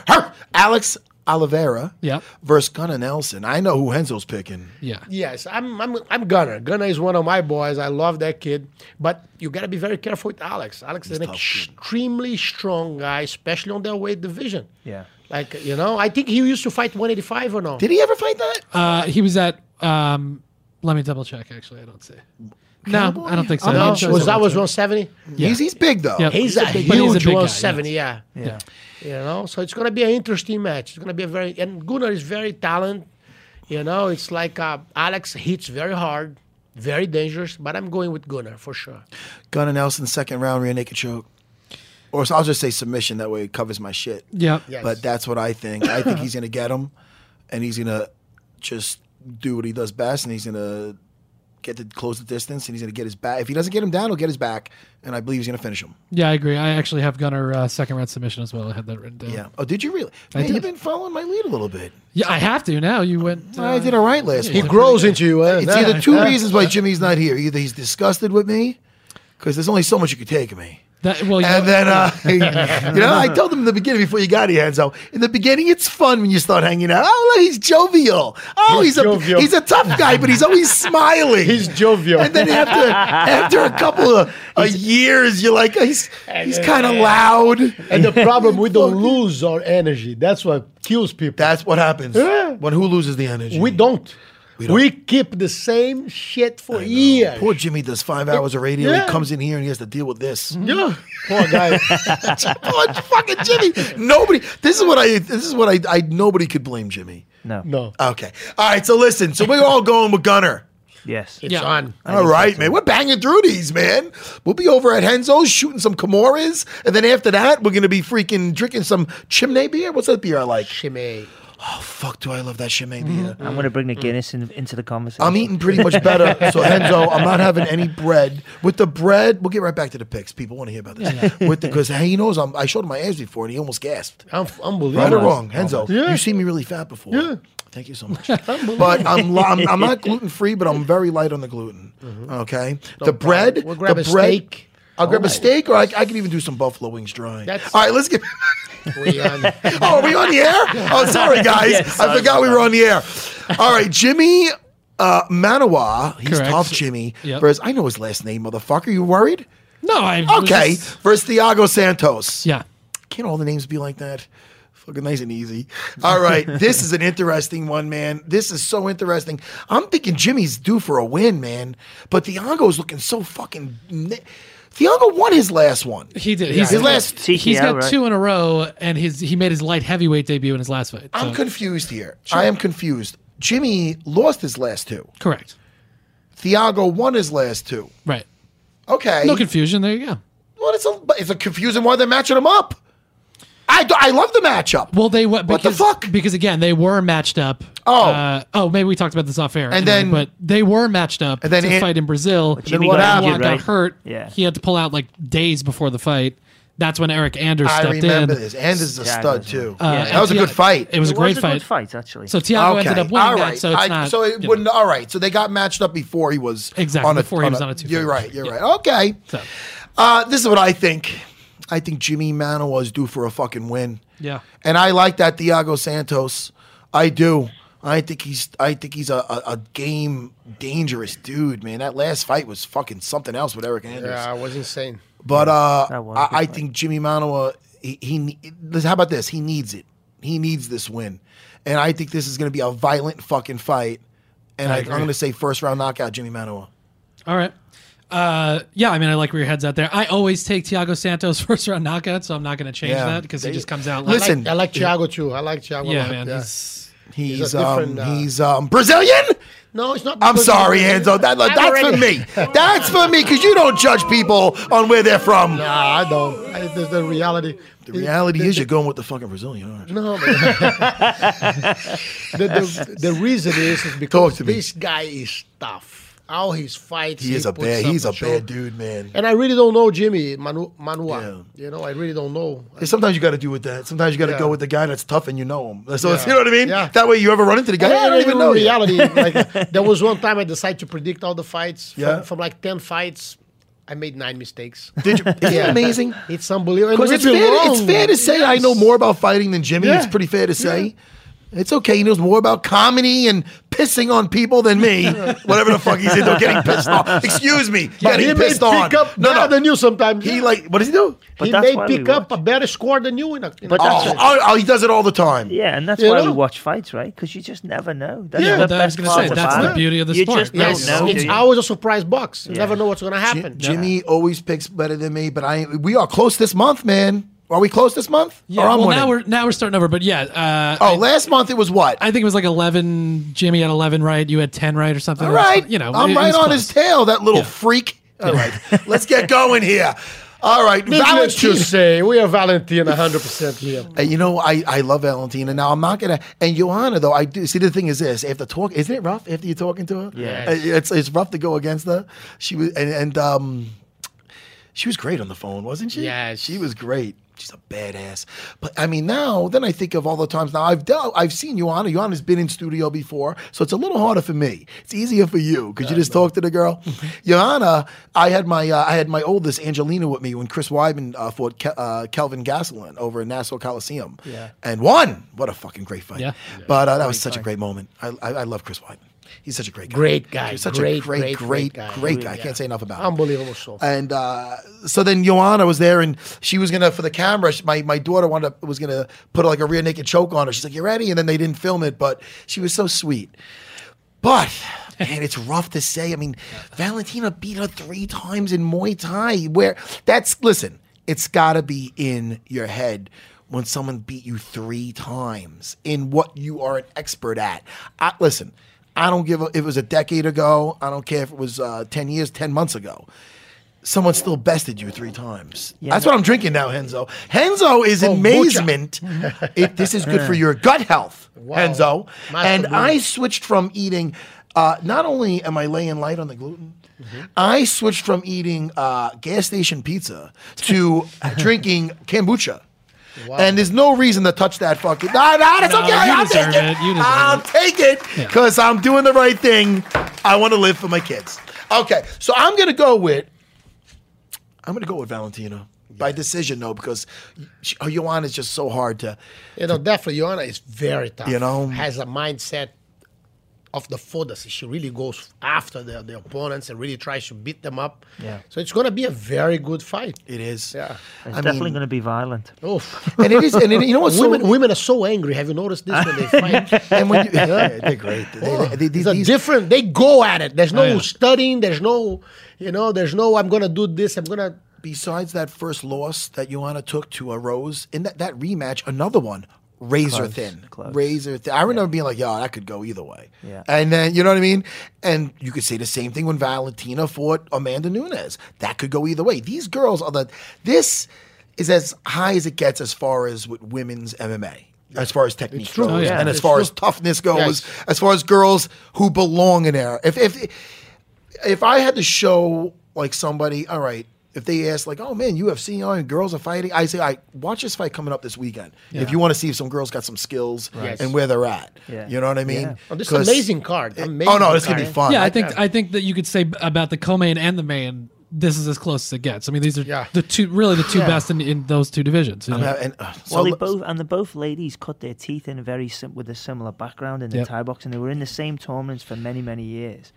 Alex Oliveira, yeah, versus Gunnar Nelson. I know who Henzo's picking. Yeah. Yes, I'm, I'm, I'm Gunner. Gunner is one of my boys. I love that kid. But you got to be very careful with Alex. Alex is an extremely strong guy, especially on their weight division. Yeah. Like, you know, I think he used to fight 185 or no. Did he ever fight that? Uh, he was at um, Let me double check. Actually, I don't see. No, I don't think so. No, It shows was that over was two. 170? Yeah. He's- he's big, though. Yep. He's, He's a a, big- huge but he's a big guy, 170. yes. Yeah. Yeah. You know, so it's gonna be an interesting match. It's gonna be a very and Gunnar is very talented. You know, it's like uh, Alex hits very hard, very dangerous. But I'm going with Gunnar for sure. Gunnar Nelson second round rear naked choke. Or so I'll just say submission. That way it covers my shit. Yep. Yes. But that's what I think. I think he's gonna get him, and he's gonna just do what he does best, and he's gonna get to close the distance, and he's gonna get his back. If he doesn't get him down, he'll get his back, and I believe he's gonna finish him. Yeah, I agree. I actually have Gunner uh, second round submission as well. I had that written down. Yeah. Oh, did you really? I Man, did. you've been following my lead a little bit. Yeah, I have to now. You went. I did all right last. He one. grows into you, uh, it's yeah. either two Yeah. reasons why Jimmy's not here. Either he's disgusted with me, because there's only so much you could take of me. That, well, you and then, uh, you know, I told them in the beginning before you got here, Enzo. In the beginning, it's fun when you start hanging out. Oh, look, he's jovial. Oh, he's, He's a jovial. he's a tough guy, but he's always smiling. He's jovial. And then after after a couple of uh, years, you're like, oh, he's he's kind of loud. And the problem, we don't lose our energy. That's what kills people. That's what happens. When who loses the energy? We don't. We, keep the same shit for years. Poor Jimmy does five hours of radio. Yeah. He comes in here and he has to deal with this. Yeah. Poor guy. Poor fucking Jimmy. Nobody. This is what I. This is what I. I nobody could blame Jimmy. No. No. Okay. All right. So listen. So we're all going with Gunner. Yes. It's on. All right, man. We're banging through these, man. We'll be over at Henzo's shooting some Camorras, and then after that, we're gonna be freaking drinking some Chimney beer. What's that beer I like? Chimney. Mm-hmm. Oh fuck, do I love that Chimney beer? I'm going to bring the Guinness in, into the conversation. I'm eating pretty much better. So Henzo, I'm not having any bread. With the bread, we'll get right back to the picks. People want to hear about this. With because he knows I'm, I showed him my abs before and he almost gasped. I'm unbelievable. Right or Almost. wrong, Henzo? Almost. Yeah. You see me really fat before. Yeah. Thank you so much. but I'm, li- I'm I'm not gluten free, but I'm very light on the gluten. Mm-hmm. Okay. No the problem. bread. We'll grab the a bread, steak. I'll grab All a right. steak, or I, I can even do some buffalo wings dry. That's- All right, let's get. We on. Oh, are we on the air? Oh, sorry, guys. Yes, I sorry forgot about we were on the air. All right, Jimmy uh, Manawa. He's Correct. tough, Jimmy. Yep. Versus, I know his last name, motherfucker. You worried? No, I. was Okay. just- Versus Thiago Santos. Yeah. Can't all the names be like that? Fucking nice and easy. All right. this is an interesting one, man. This is so interesting. I'm thinking Jimmy's due for a win, man. But Thiago's looking so fucking. Ne- Thiago won his last one. He did. His last. he's got two in a row, and his he made his light heavyweight debut in his last fight. I'm so- confused here. Sure. I am confused. Jimmy lost his last two. Correct. Thiago won his last two. Right. Okay. No confusion. There you go. Well, it's a, but it's a confusing why they're matching them up. I, do- I love the matchup. Well, they went. What the because- fuck? Because again, they were matched up. Oh. Uh, oh, maybe we talked about this off air. And anyway, then- but they were matched up And then to An- fight in Brazil. Then Jimmy what got happened? Juan injured, got right? hurt. Yeah. He had to pull out like days before the fight. That's when Eric Anders I stepped in. remember this. Anders is a Yeah, I stud guess, too. yeah. Uh, that was a Thi- good fight. it was a It great was a good fight. fight, actually. So Thiago ended up winning All that, right. so it's I- not, so it you wouldn't. All right. So they got matched up before he was Exactly, on a, before he was on a two-fight You're match. right. You're right. Okay. Uh, this is what I think. I think Jimmy Manawa is due for a fucking win. Yeah. And I like that Thiago Santos. I do. I think he's I think he's a, a, a game dangerous dude, man. That last fight was fucking something else with Eric Anders. Yeah, I was insane. But uh, That was I, a good I think Jimmy Manoa, he, he ne- listen, how about this? He needs it. He needs this win, and I think this is going to be a violent fucking fight. And I I I, am agree. going to say first round knockout, Jimmy Manoa. All right. Uh, yeah, I mean, I like where your head's at there. I always take Thiago Santos first round knockout, so I'm not going to change Yeah. that because he just comes out. Listen, I like Thiago too. I like Thiago. a Yeah, lot, man, yeah. he's- He's, a um, different, uh, he's um, Brazilian. No, it's not. I'm because- sorry, Enzo. That, I'm that's for already- me. That's for me because you don't judge people on where they're from. Nah, I don't. I, the, the reality. The reality is you're going with the fucking Brazilian, aren't you? No, but- the, the, the reason is, is because to me. this guy is tough. How his fights. He is a puts bad. up He's a a show. bad dude, man. And I really don't know Jimmy Manu, Manua. You know, I really don't know. And Sometimes you got to do with that. Sometimes you got to Yeah. go with the guy that's tough and you know him. So Yeah. it's, you know what I mean. That way, you ever run into the guy, I, don't even know. you." reality. like there was one time I decided to predict all the fights. From, Yeah. from like ten fights, I made nine mistakes. Did you? Isn't it amazing? It's unbelievable. And Because we it's fair, belong. it's fair to say I know more about fighting than Jimmy. It's Yeah. pretty fair to say. It's okay. He knows more about comedy and pissing on people than me. Whatever the fuck he's into, getting pissed off. Excuse me, But he getting may pissed on. pick up no, no. than you sometimes. He like what does he do? he may pick up a better score than you in a. In But a that's oh, oh, oh, he does it all the time. Yeah, and that's You why know? we watch fights, right? Because you just never know. That's Yeah, the I was best gonna part say, about that's the it. beauty of the you sport. Just don't Yes, know, it's do you? always a surprise box. You never know what's going to happen. Ji- Jimmy always picks better than me, but I we are close this month, man. Are we close this month? Yeah, Or I'm well, winning? now we're now we're starting over, but yeah. Uh, Oh, last month it was what? I think it was like eleven. Jimmy had eleven right. You had ten right or something. All It was- right. you know, I'm it- it right was on close. his tail, that little freak. All right. Let's get going here. All right. Needless to Valentina. say, we are Valentina 100% here. Uh, You know, I, I love Valentina. Now I'm not gonna and Johanna though I do see the thing is this after talk isn't it rough after you're talking to her? Yes. Uh, it's it's rough to go against her. She was and, and um, she was great on the phone, wasn't she? Yeah, she was great. She's a badass. But I mean, now then I think of all the times now I've dealt, I've seen Johanna. Johanna's been in studio before, so it's a little harder for me. It's easier for you because Uh, you just talk to the girl. Johanna, I had my uh, I had my oldest Angelina with me when Chris Wyman uh, fought Ke- uh, Kelvin Gastelum over in Nassau Coliseum Yeah. and won. What a fucking great fight! Yeah. But uh, that was such a great moment. I, I, I love Chris Wyman. He's such a great guy. Great guy. He's such Great, a great, great, great, great great, guy. guy. I Yeah. can't say enough about. him. Unbelievable show. And uh, so then Joanna was there, and she was gonna for the camera. she- my my daughter wanted to, was gonna put like a rear naked choke on her. She's like, "You ready?" And then they didn't film it, but she was so sweet. But man, it's rough to say. I mean, Valentina beat her three times in Muay Thai. Where that's listen, it's gotta be in your head when someone beat you three times in what you are an expert at. I, listen, I don't give a if it was a decade ago. I don't care if it was uh, ten years, ten months ago. Someone still bested you three times. That's what I'm drinking now, Henzo. Henzo is amazement. it, this is good for your gut health, Henzo. Master and Blue. I switched from eating. Uh, not only am I laying light on the gluten, Mm-hmm. I switched from eating uh, gas station pizza to drinking kombucha. And there's no reason to touch that fucking. Nah, nah, that's No, okay. you I'll take deserve it. it. You deserve I'll take it because I'm doing the right thing. I want to live for my kids. Okay, so I'm gonna go with. I'm gonna go with Valentina by decision though because she, oh, Joanna is just so hard to. You know, definitely, Joanna is very tough. You know? has a mindset of the fighters. She really goes after the, the opponents and really tries to beat them up. Yeah. So it's going to be a very good fight. It is. Yeah. It's definitely going to be violent. Oof. And it is- and it- you know what's so- women women are so angry. Have you noticed this when they fight? And when you- Yeah. Yeah, they're great. They- Oh, they- they- it's a different. They go at it. There's no Oh, yeah. studying. There's no, you know. There's no. I'm gonna do this. I'm gonna. Besides that first loss that Joanna took to a Rose in that, that rematch, another one razor Close, thin, razor thin. I remember being like, "Yo, that could go either way." Yeah. And then you know what I mean. And you could say the same thing when Valentina fought Amanda Nunes. That could go either way. These girls are the. This is as high as it gets as far as with women's MMA. As far as technique true. goes, Oh, yeah. and as It's far true. as toughness goes, Yes. as far as girls who belong in there, if if if I had to show like somebody, all right, if they ask like, "Oh man, UFC on and girls are fighting," I say, "I watch this fight coming up this weekend. Yeah. If you want to see if some girls got some skills Right. and where they're at, Yeah. you know what I mean?" Oh, this is 'Cause- amazing card. Amazing oh no, this could be card. fun. Yeah, I think I think that you could say about the co-main and the main. This is as close as it gets. I mean, these are the two really the two Yeah. best in, in those two divisions. you know? uh, well, they both and the both ladies cut their teeth in a very sim- with a similar background in the Yep. Thai boxing. They were in the same tournaments for many many years,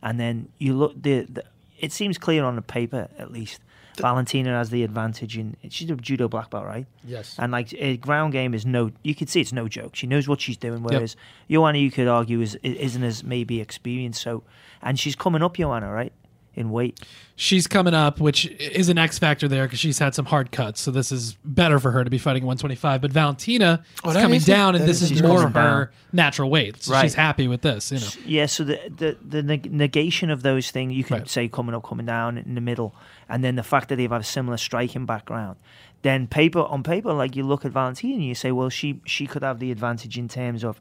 and then you look the, the it seems clear on the paper at least. Valentina has the advantage in she's a judo black belt, right? Yes. And like a ground game is no, you could see it's no joke. She knows what she's doing. Whereas Joanna, you could argue, is i- isn't as maybe experienced. So, and she's coming up, Joanna, right? In weight. She's coming up, which is an X factor there because she's had some hard cuts. So this is better for her to be fighting 125. But Valentina Oh, is that coming is it? down, and That this is is it. more Coming her down. natural weight. So Right. she's happy with this, you know. Yeah, so the the, the neg- negation of those things, you can say coming up, coming down in the middle, and then the fact that they've had a similar striking background. Then paper on paper, like you look at Valentina and you say, well, she she could have the advantage in terms of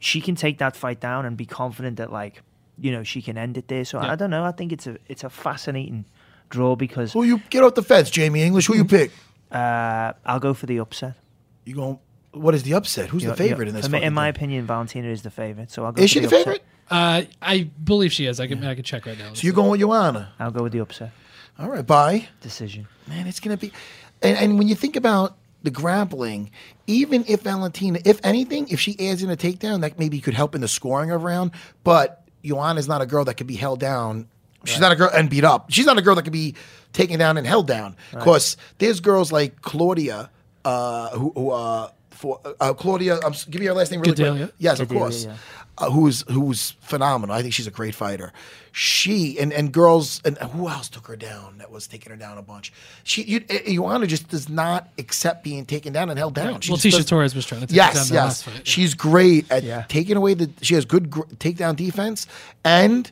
she can take that fight down and be confident that like you know she can end it there. So I don't know. I think it's a it's a fascinating draw because who you get off the fence, Jamie English. Who you pick? Uh, I'll go for the upset. You going? What is the upset? Who's the You- you- favorite in this? for me- fucking In my thing? opinion, Valentina is the favorite. So I'll go. Is for she the upset. favorite? Uh, I believe she is. I can I can check right now. So you're going with Joanna? I'll go with the upset. All right, bye. Decision. Man, it's gonna be, and, and when you think about the grappling, even if Valentina, if anything, if she adds in a takedown, that maybe could help in the scoring of round. But Joanna's not a girl that could be held down. She's not a girl and beat up. She's not a girl that could be taken down and held down. Right. Because there's girls like Claudia, uh, who, who uh, for uh, Claudia, I'm, s- give me her last name really Gadelia? quick. Yes, of Gadelia, course yeah. uh, who's who's phenomenal. I think she's a great fighter. She and and girls and who else took her down that was taking her down a bunch. She you, I- Ioana just does not accept being taken down and held down. She Well, just Tisha does- Torres was trying to take her yes, down in the yes. last fight, yeah. She's great at taking away the. She has good gr- takedown defense and.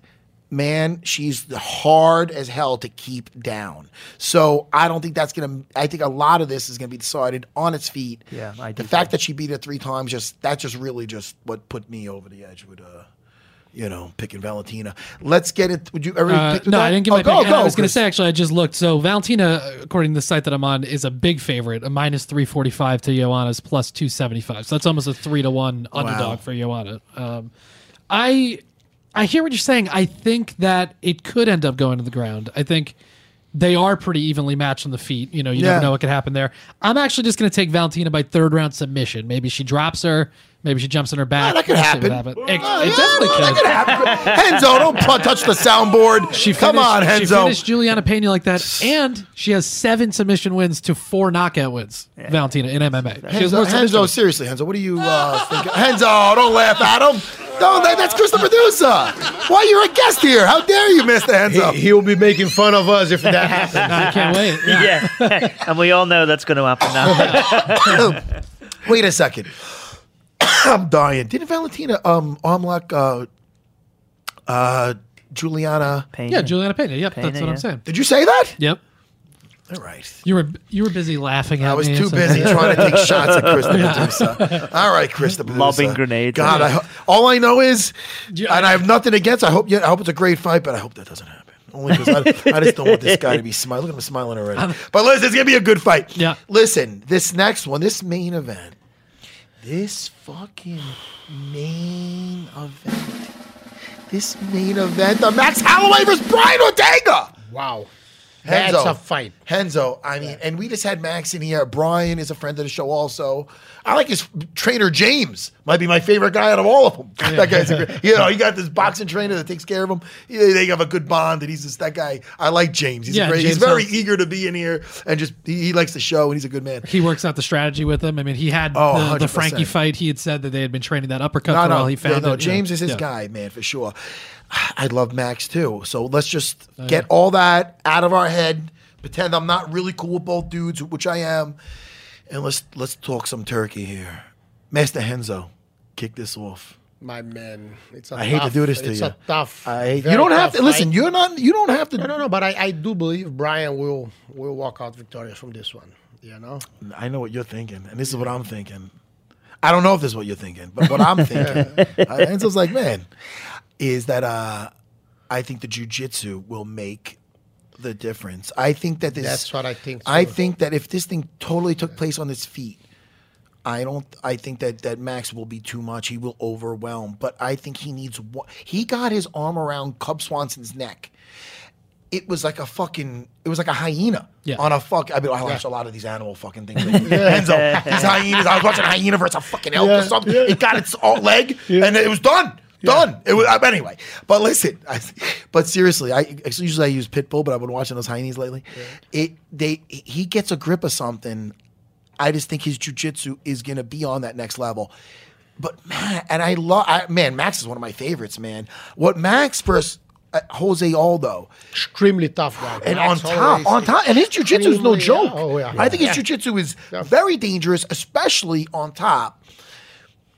Man, she's hard as hell to keep down. So I don't think that's gonna. I think a lot of this is gonna be decided on its feet. Yeah, I the do fact that she beat her three times just that just really just what put me over the edge with uh you know picking Valentina. Let's get it. Would you ever Uh, pick no, I didn't get my oh, go, pick. And go, I was going to Chris. say actually, I just looked. So Valentina, according to the site that I'm on, is a big favorite, a minus three forty five to Joanna's plus two seventy five. So that's almost a three to one Wow. underdog for Joanna. Um, I I hear what you're saying. I think that it could end up going to the ground. I think they are pretty evenly matched on the feet. You know, you Yeah. never know what could happen there. I'm actually just going to take Valentina by third round submission. Maybe she drops her. Maybe she jumps on her back. Ah, that could We'll see what happen. happens. It, Oh, it definitely could. That could happen. Henzo, don't pu- touch the soundboard. She Come finished- on, She Henzo. finished Juliana Pena like that, and she has seven submission wins to four knockout wins. Valentina in MMA. She has Henzo, more submission Henzo, wins. seriously, Henzo, what do you uh, think? Henzo, don't laugh at him. No, that, that's Chris the producer. Why you're a guest here? How dare you, Mister Henzo? He, will be making fun of us if that happens. I can't wait. Yeah. and we all know that's going to happen now. Wait a second. I'm dying. Didn't Valentina um Omlock uh uh Juliana Payne? Yeah, Juliana Pena. Yep, that's what I'm saying. Did you say that? Yep. All right. You were you were busy laughing at I was me, too so- busy trying to take shots at Chris the producer. All right, Chris the producer. Lobbing grenades. God, I ho- all I know is, and I have nothing against. I hope you. I hope it's a great fight, but I hope that doesn't happen. Only because I, I just don't want this guy to be smiling. Look at him smiling already. But listen, it's gonna be a good fight. Yeah. Listen, this next one, this main event, this fucking main event, this main event, the Max Holloway versus Brian Ortega. Wow. That's a fight. Henzo, I mean, and we just had Max in here. Brian is a friend of the show also. I like his trainer, James. Might be my favorite guy out of all of them. That guy's, a great, you know, you got this boxing trainer that takes care of him. Yeah, They have a good bond, and he's just that guy. I like James. He's Yeah, great. James he's very Hunt. eager to be in here, and just he, he likes the show, and he's a good man. He works out the strategy with them. I mean, he had Oh, the, the 100%. Frankie fight. He had said that they had been training that uppercut No, for no, all he yeah, found. no. it, you know. James is his Yeah. guy, man, for sure. I love Max too. So let's just Oh, get yeah. all that out of our head. Pretend I'm not really cool with both dudes, which I am, and let's let's talk some turkey here. Master Henzo, kick this off. My man, it's a I hate to tough- do this to it's you. a tough. I hate- you don't have to listen. You're not. You don't have to. No, no, no. But I, I do believe Brian will will walk out victorious from this one. You know. I know what you're thinking, and this is what I'm thinking. I don't know if this is what you're thinking, but what I'm thinking, uh, Enzo's like, man, is that uh, I think the jujitsu will make the difference. I think that this. That's what I think, I too. think that if this thing totally took place on its feet, I don't. I think that that Max will be too much. He will overwhelm. But I think he needs. one- He got his arm around Cub Swanson's neck. It was like a fucking. It was like a hyena Yeah. on a fuck. I mean, oh, I Yeah. watch a lot of these animal fucking things. Enzo, these hyenas. I was watching a hyena versus a fucking elk Yeah, or something. It got its all- leg, and it was done. Done. It was uh, anyway. But listen, I, but seriously, I usually I use Pitbull, but I've been watching those hyenas lately. It they he gets a grip of something. I just think his jujitsu is gonna be on that next level. But man, and I love I, man. Max is one of my favorites, man. What Max versus uh, Jose Aldo, extremely tough guy, and Max on Holloway top, is on top, and his jujitsu is no extremely- joke. oh, yeah. I think his Yeah. jujitsu is very dangerous, especially on top.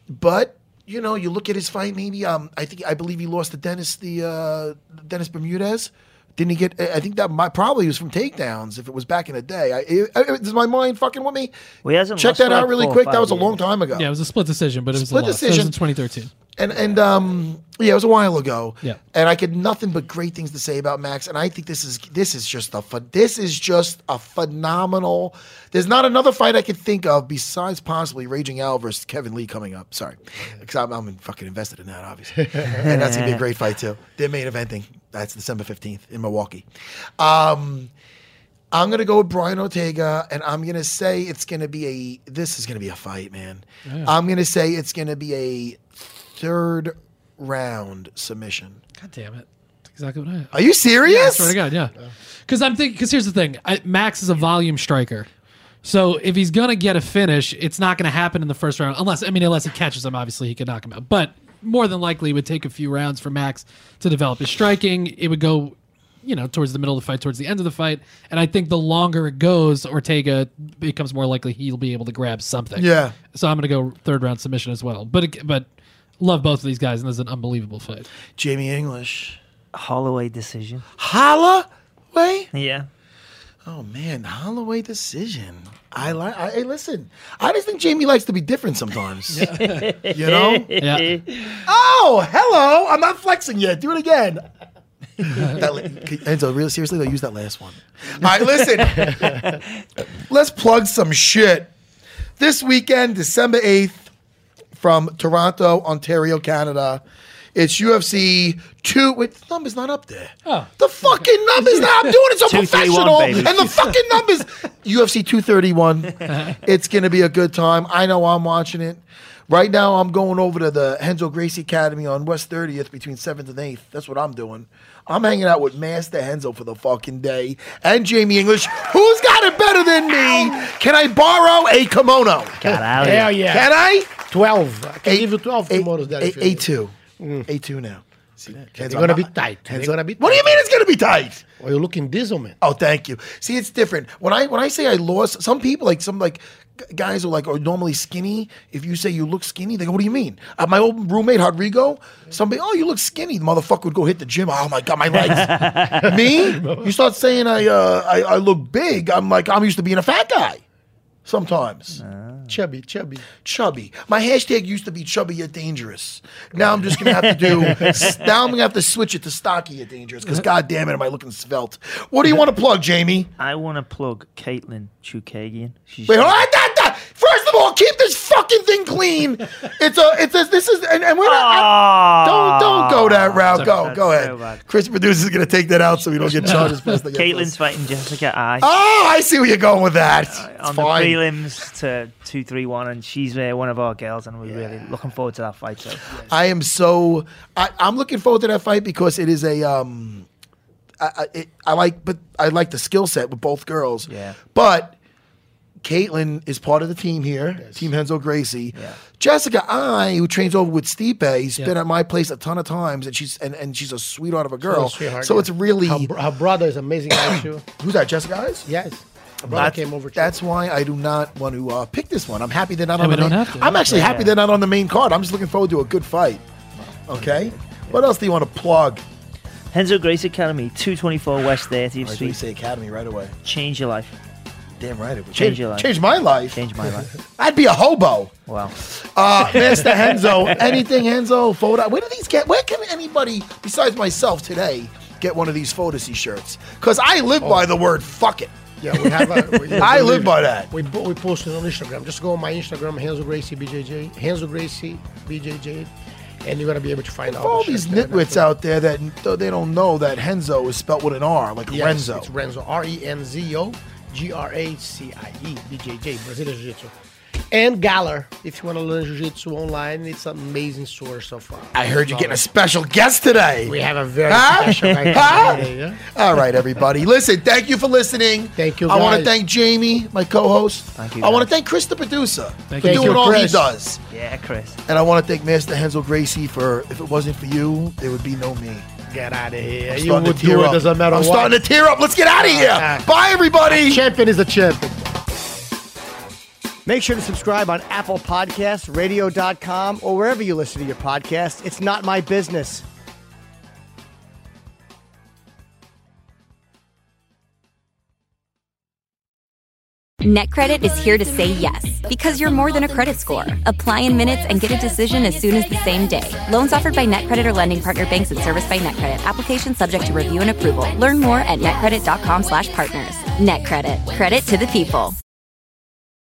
But you know, you look at his fight. Maybe um, I think I believe he lost to Dennis the uh, Dennis Bermudez. Didn't he get? I I think that might probably was from takedowns. If it was back in the day, I, I, I- is my mind fucking with me? We hasn't check lost that for, like, out really four or quick. That five was a long time ago. Yeah, it was a split decision, but it was Split a loss. Decision. decision. It was in 2013. And and um yeah, it was a while ago. Yeah. And I could nothing but great things to say about Max. And I think this is this is just a ph- this is just a phenomenal. There's not another fight I could think of besides possibly Raging Al versus Kevin Lee coming up. Sorry, because I'm, I'm fucking invested in that obviously, and that's gonna be a great fight too. Their main eventing that's December fifteenth in Milwaukee. Um, I'm gonna go with Brian Ortega, and I'm gonna say it's gonna be a. This is gonna be a fight, man. Yeah. I'm gonna say it's gonna be a third round submission. God damn it. That's exactly what I. Are you serious? Yeah, I swear to God, yeah. Because I'm thinking. Because here's the thing: I, Max is a volume striker, so if he's gonna get a finish, it's not gonna happen in the first round. Unless I mean, unless he catches him, obviously he could knock him out. But more than likely, it would take a few rounds for Max to develop his striking. It would go, you know, towards the middle of the fight, towards the end of the fight, and I think the longer it goes, Ortega becomes more likely he'll be able to grab something. Yeah. So I'm gonna go third round submission as well. But it- but love both of these guys, and this is an unbelievable fight. Jamie English. Holloway decision. Holla, way. Yeah. Oh man, Holloway decision. I like. I, hey, listen. I just think Jamie likes to be different sometimes. you know. Yeah. Oh, hello. I'm not flexing yet. Do it again. that, li- Enzo, really seriously, though, use that last one. All right, listen. Let's plug some shit. This weekend, December 8th, from Toronto, Ontario, Canada, it's UFC 2. Wait, the number's not up there. The fucking numbers now. I'm doing it so Oh. Two, three, one, professional. baby. and the fucking numbers. UFC 231. it's going to be a good time. I know I'm watching it. Right now, I'm going over to the Henzo Gracie Academy on West 30th between 7th and 8th. That's what I'm doing. I'm hanging out with Master Henzo for the fucking day and Jamie English. Who's got it better than me? Can I borrow a kimono? Get out of Hell here. yeah. Can I? 12. I can give you 12 tomorrow's that if you need. A2. Mm. A2 now. See that? It's gonna be tight. It's gonna be What do you mean it's gonna be tight? Well, you're looking diesel, man. Oh, thank you. See, it's different. When I when I say I lost, some people like some like g- guys are like are normally skinny. If you say you look skinny, they go, "What do you mean?" Uh, my old roommate Rodrigo, somebody, "Oh, you look skinny." The motherfucker would go hit the gym. Oh my god, my legs. Me? You start saying I uh I, I look big. I'm like I'm used to being a fat guy. Sometimes. Chubby, chubby. Chubby. My hashtag used to be chubby yet dangerous. Now I'm just gonna have to do s- now I'm gonna have to switch it to stocky yet dangerous because Uh-huh. god damn it am I looking svelte. What do you want to plug, Jamie? I want to plug Caitlin Chukagian. She's Wait, hold on, that- that- First of all, keep this fucking thing clean. It's a, it's a, this is, and, and we're not. I- don't, don't go that route. That's- Go, that's go so ahead. Chris producer's gonna take that out so we don't get charges. passed against Caitlin's fighting Jessica I. Oh, I see where you're going with that. It's on fine. the prelims to two three one, and she's uh, one of our girls, and we're really looking forward to that fight. So I am so. I, I'm looking forward to that fight because it is a. Um, I, I, it, I like, but I like the skill set with both girls. Yeah. But Caitlin is part of the team here, Team Henzo Gracie. Jessica I, who trains over with Stipe, has Yeah. been at my place a ton of times, and she's and, and she's a sweetheart of a girl. She's a sweetheart, so yeah. it's really Her, br- her brother is amazing guy, too. who's that? Jessica Eyes? Yes. Her brother That's, came over. that's why I do not want to uh, pick this one. I'm happy they're not Yeah, on we the main. don't have to. I'm actually happy Yeah. they're not on the main card. I'm just looking forward to a good fight. Okay. What else do you want to plug? Henzo Grace Academy, two twenty four West Thirtieth Or do we Street. say Academy right away? Change your life. Damn right it would. Change your life. Change my life. Change my life. I'd be a hobo. Wow. Uh, Master Henzo, anything Henzo photo? Where do these get? Where can anybody besides myself today get one of these Photasy shirts? Because I live by the word "fuck it." Yeah, we have a, we- I live by that. We, bo- we posted on Instagram. Just go on my Instagram, Hansel Gracie BJJ, Hansel Gracie BJJ, and you're gonna be able to find out. For all these nitwits out there that though they don't know that Henzo is spelled with an R, like Yes, Renzo. It's Renzo. R E N Z O G R A C I E BJJ Brazilian Jiu Jitsu. And Galler, if you want to learn Jiu Jitsu online, it's an amazing source of. Uh, I heard you're getting a special guest today. We have a very Huh? special guy Huh? today, yeah? All right, everybody. Listen, thank you for listening. Thank you. I want guys. to thank Jamie, my co-host. Thank you, I want to guys. thank Chris, the producer, Thank for you. doing Thank you, all Chris. he does. Yeah, Chris. And I want to thank Master Hensel Gracie for. If it wasn't for you, there would be no me. Get out of here. I'm You starting to would do tear it, up. doesn't matter I'm what. Ah. starting to tear up. Let's get out of here. Bye, everybody. champion is a champion. Make sure to subscribe on Apple Podcasts, radio.com, or wherever you listen to your podcast. It's not my business. NetCredit is here to say yes because you're more than a credit score. Apply in minutes and get a decision as soon as the same day. Loans offered by NetCredit or lending partner banks and serviced by NetCredit. Application subject to review and approval. Learn more at netcredit.com/partners. NetCredit. Credit to the people.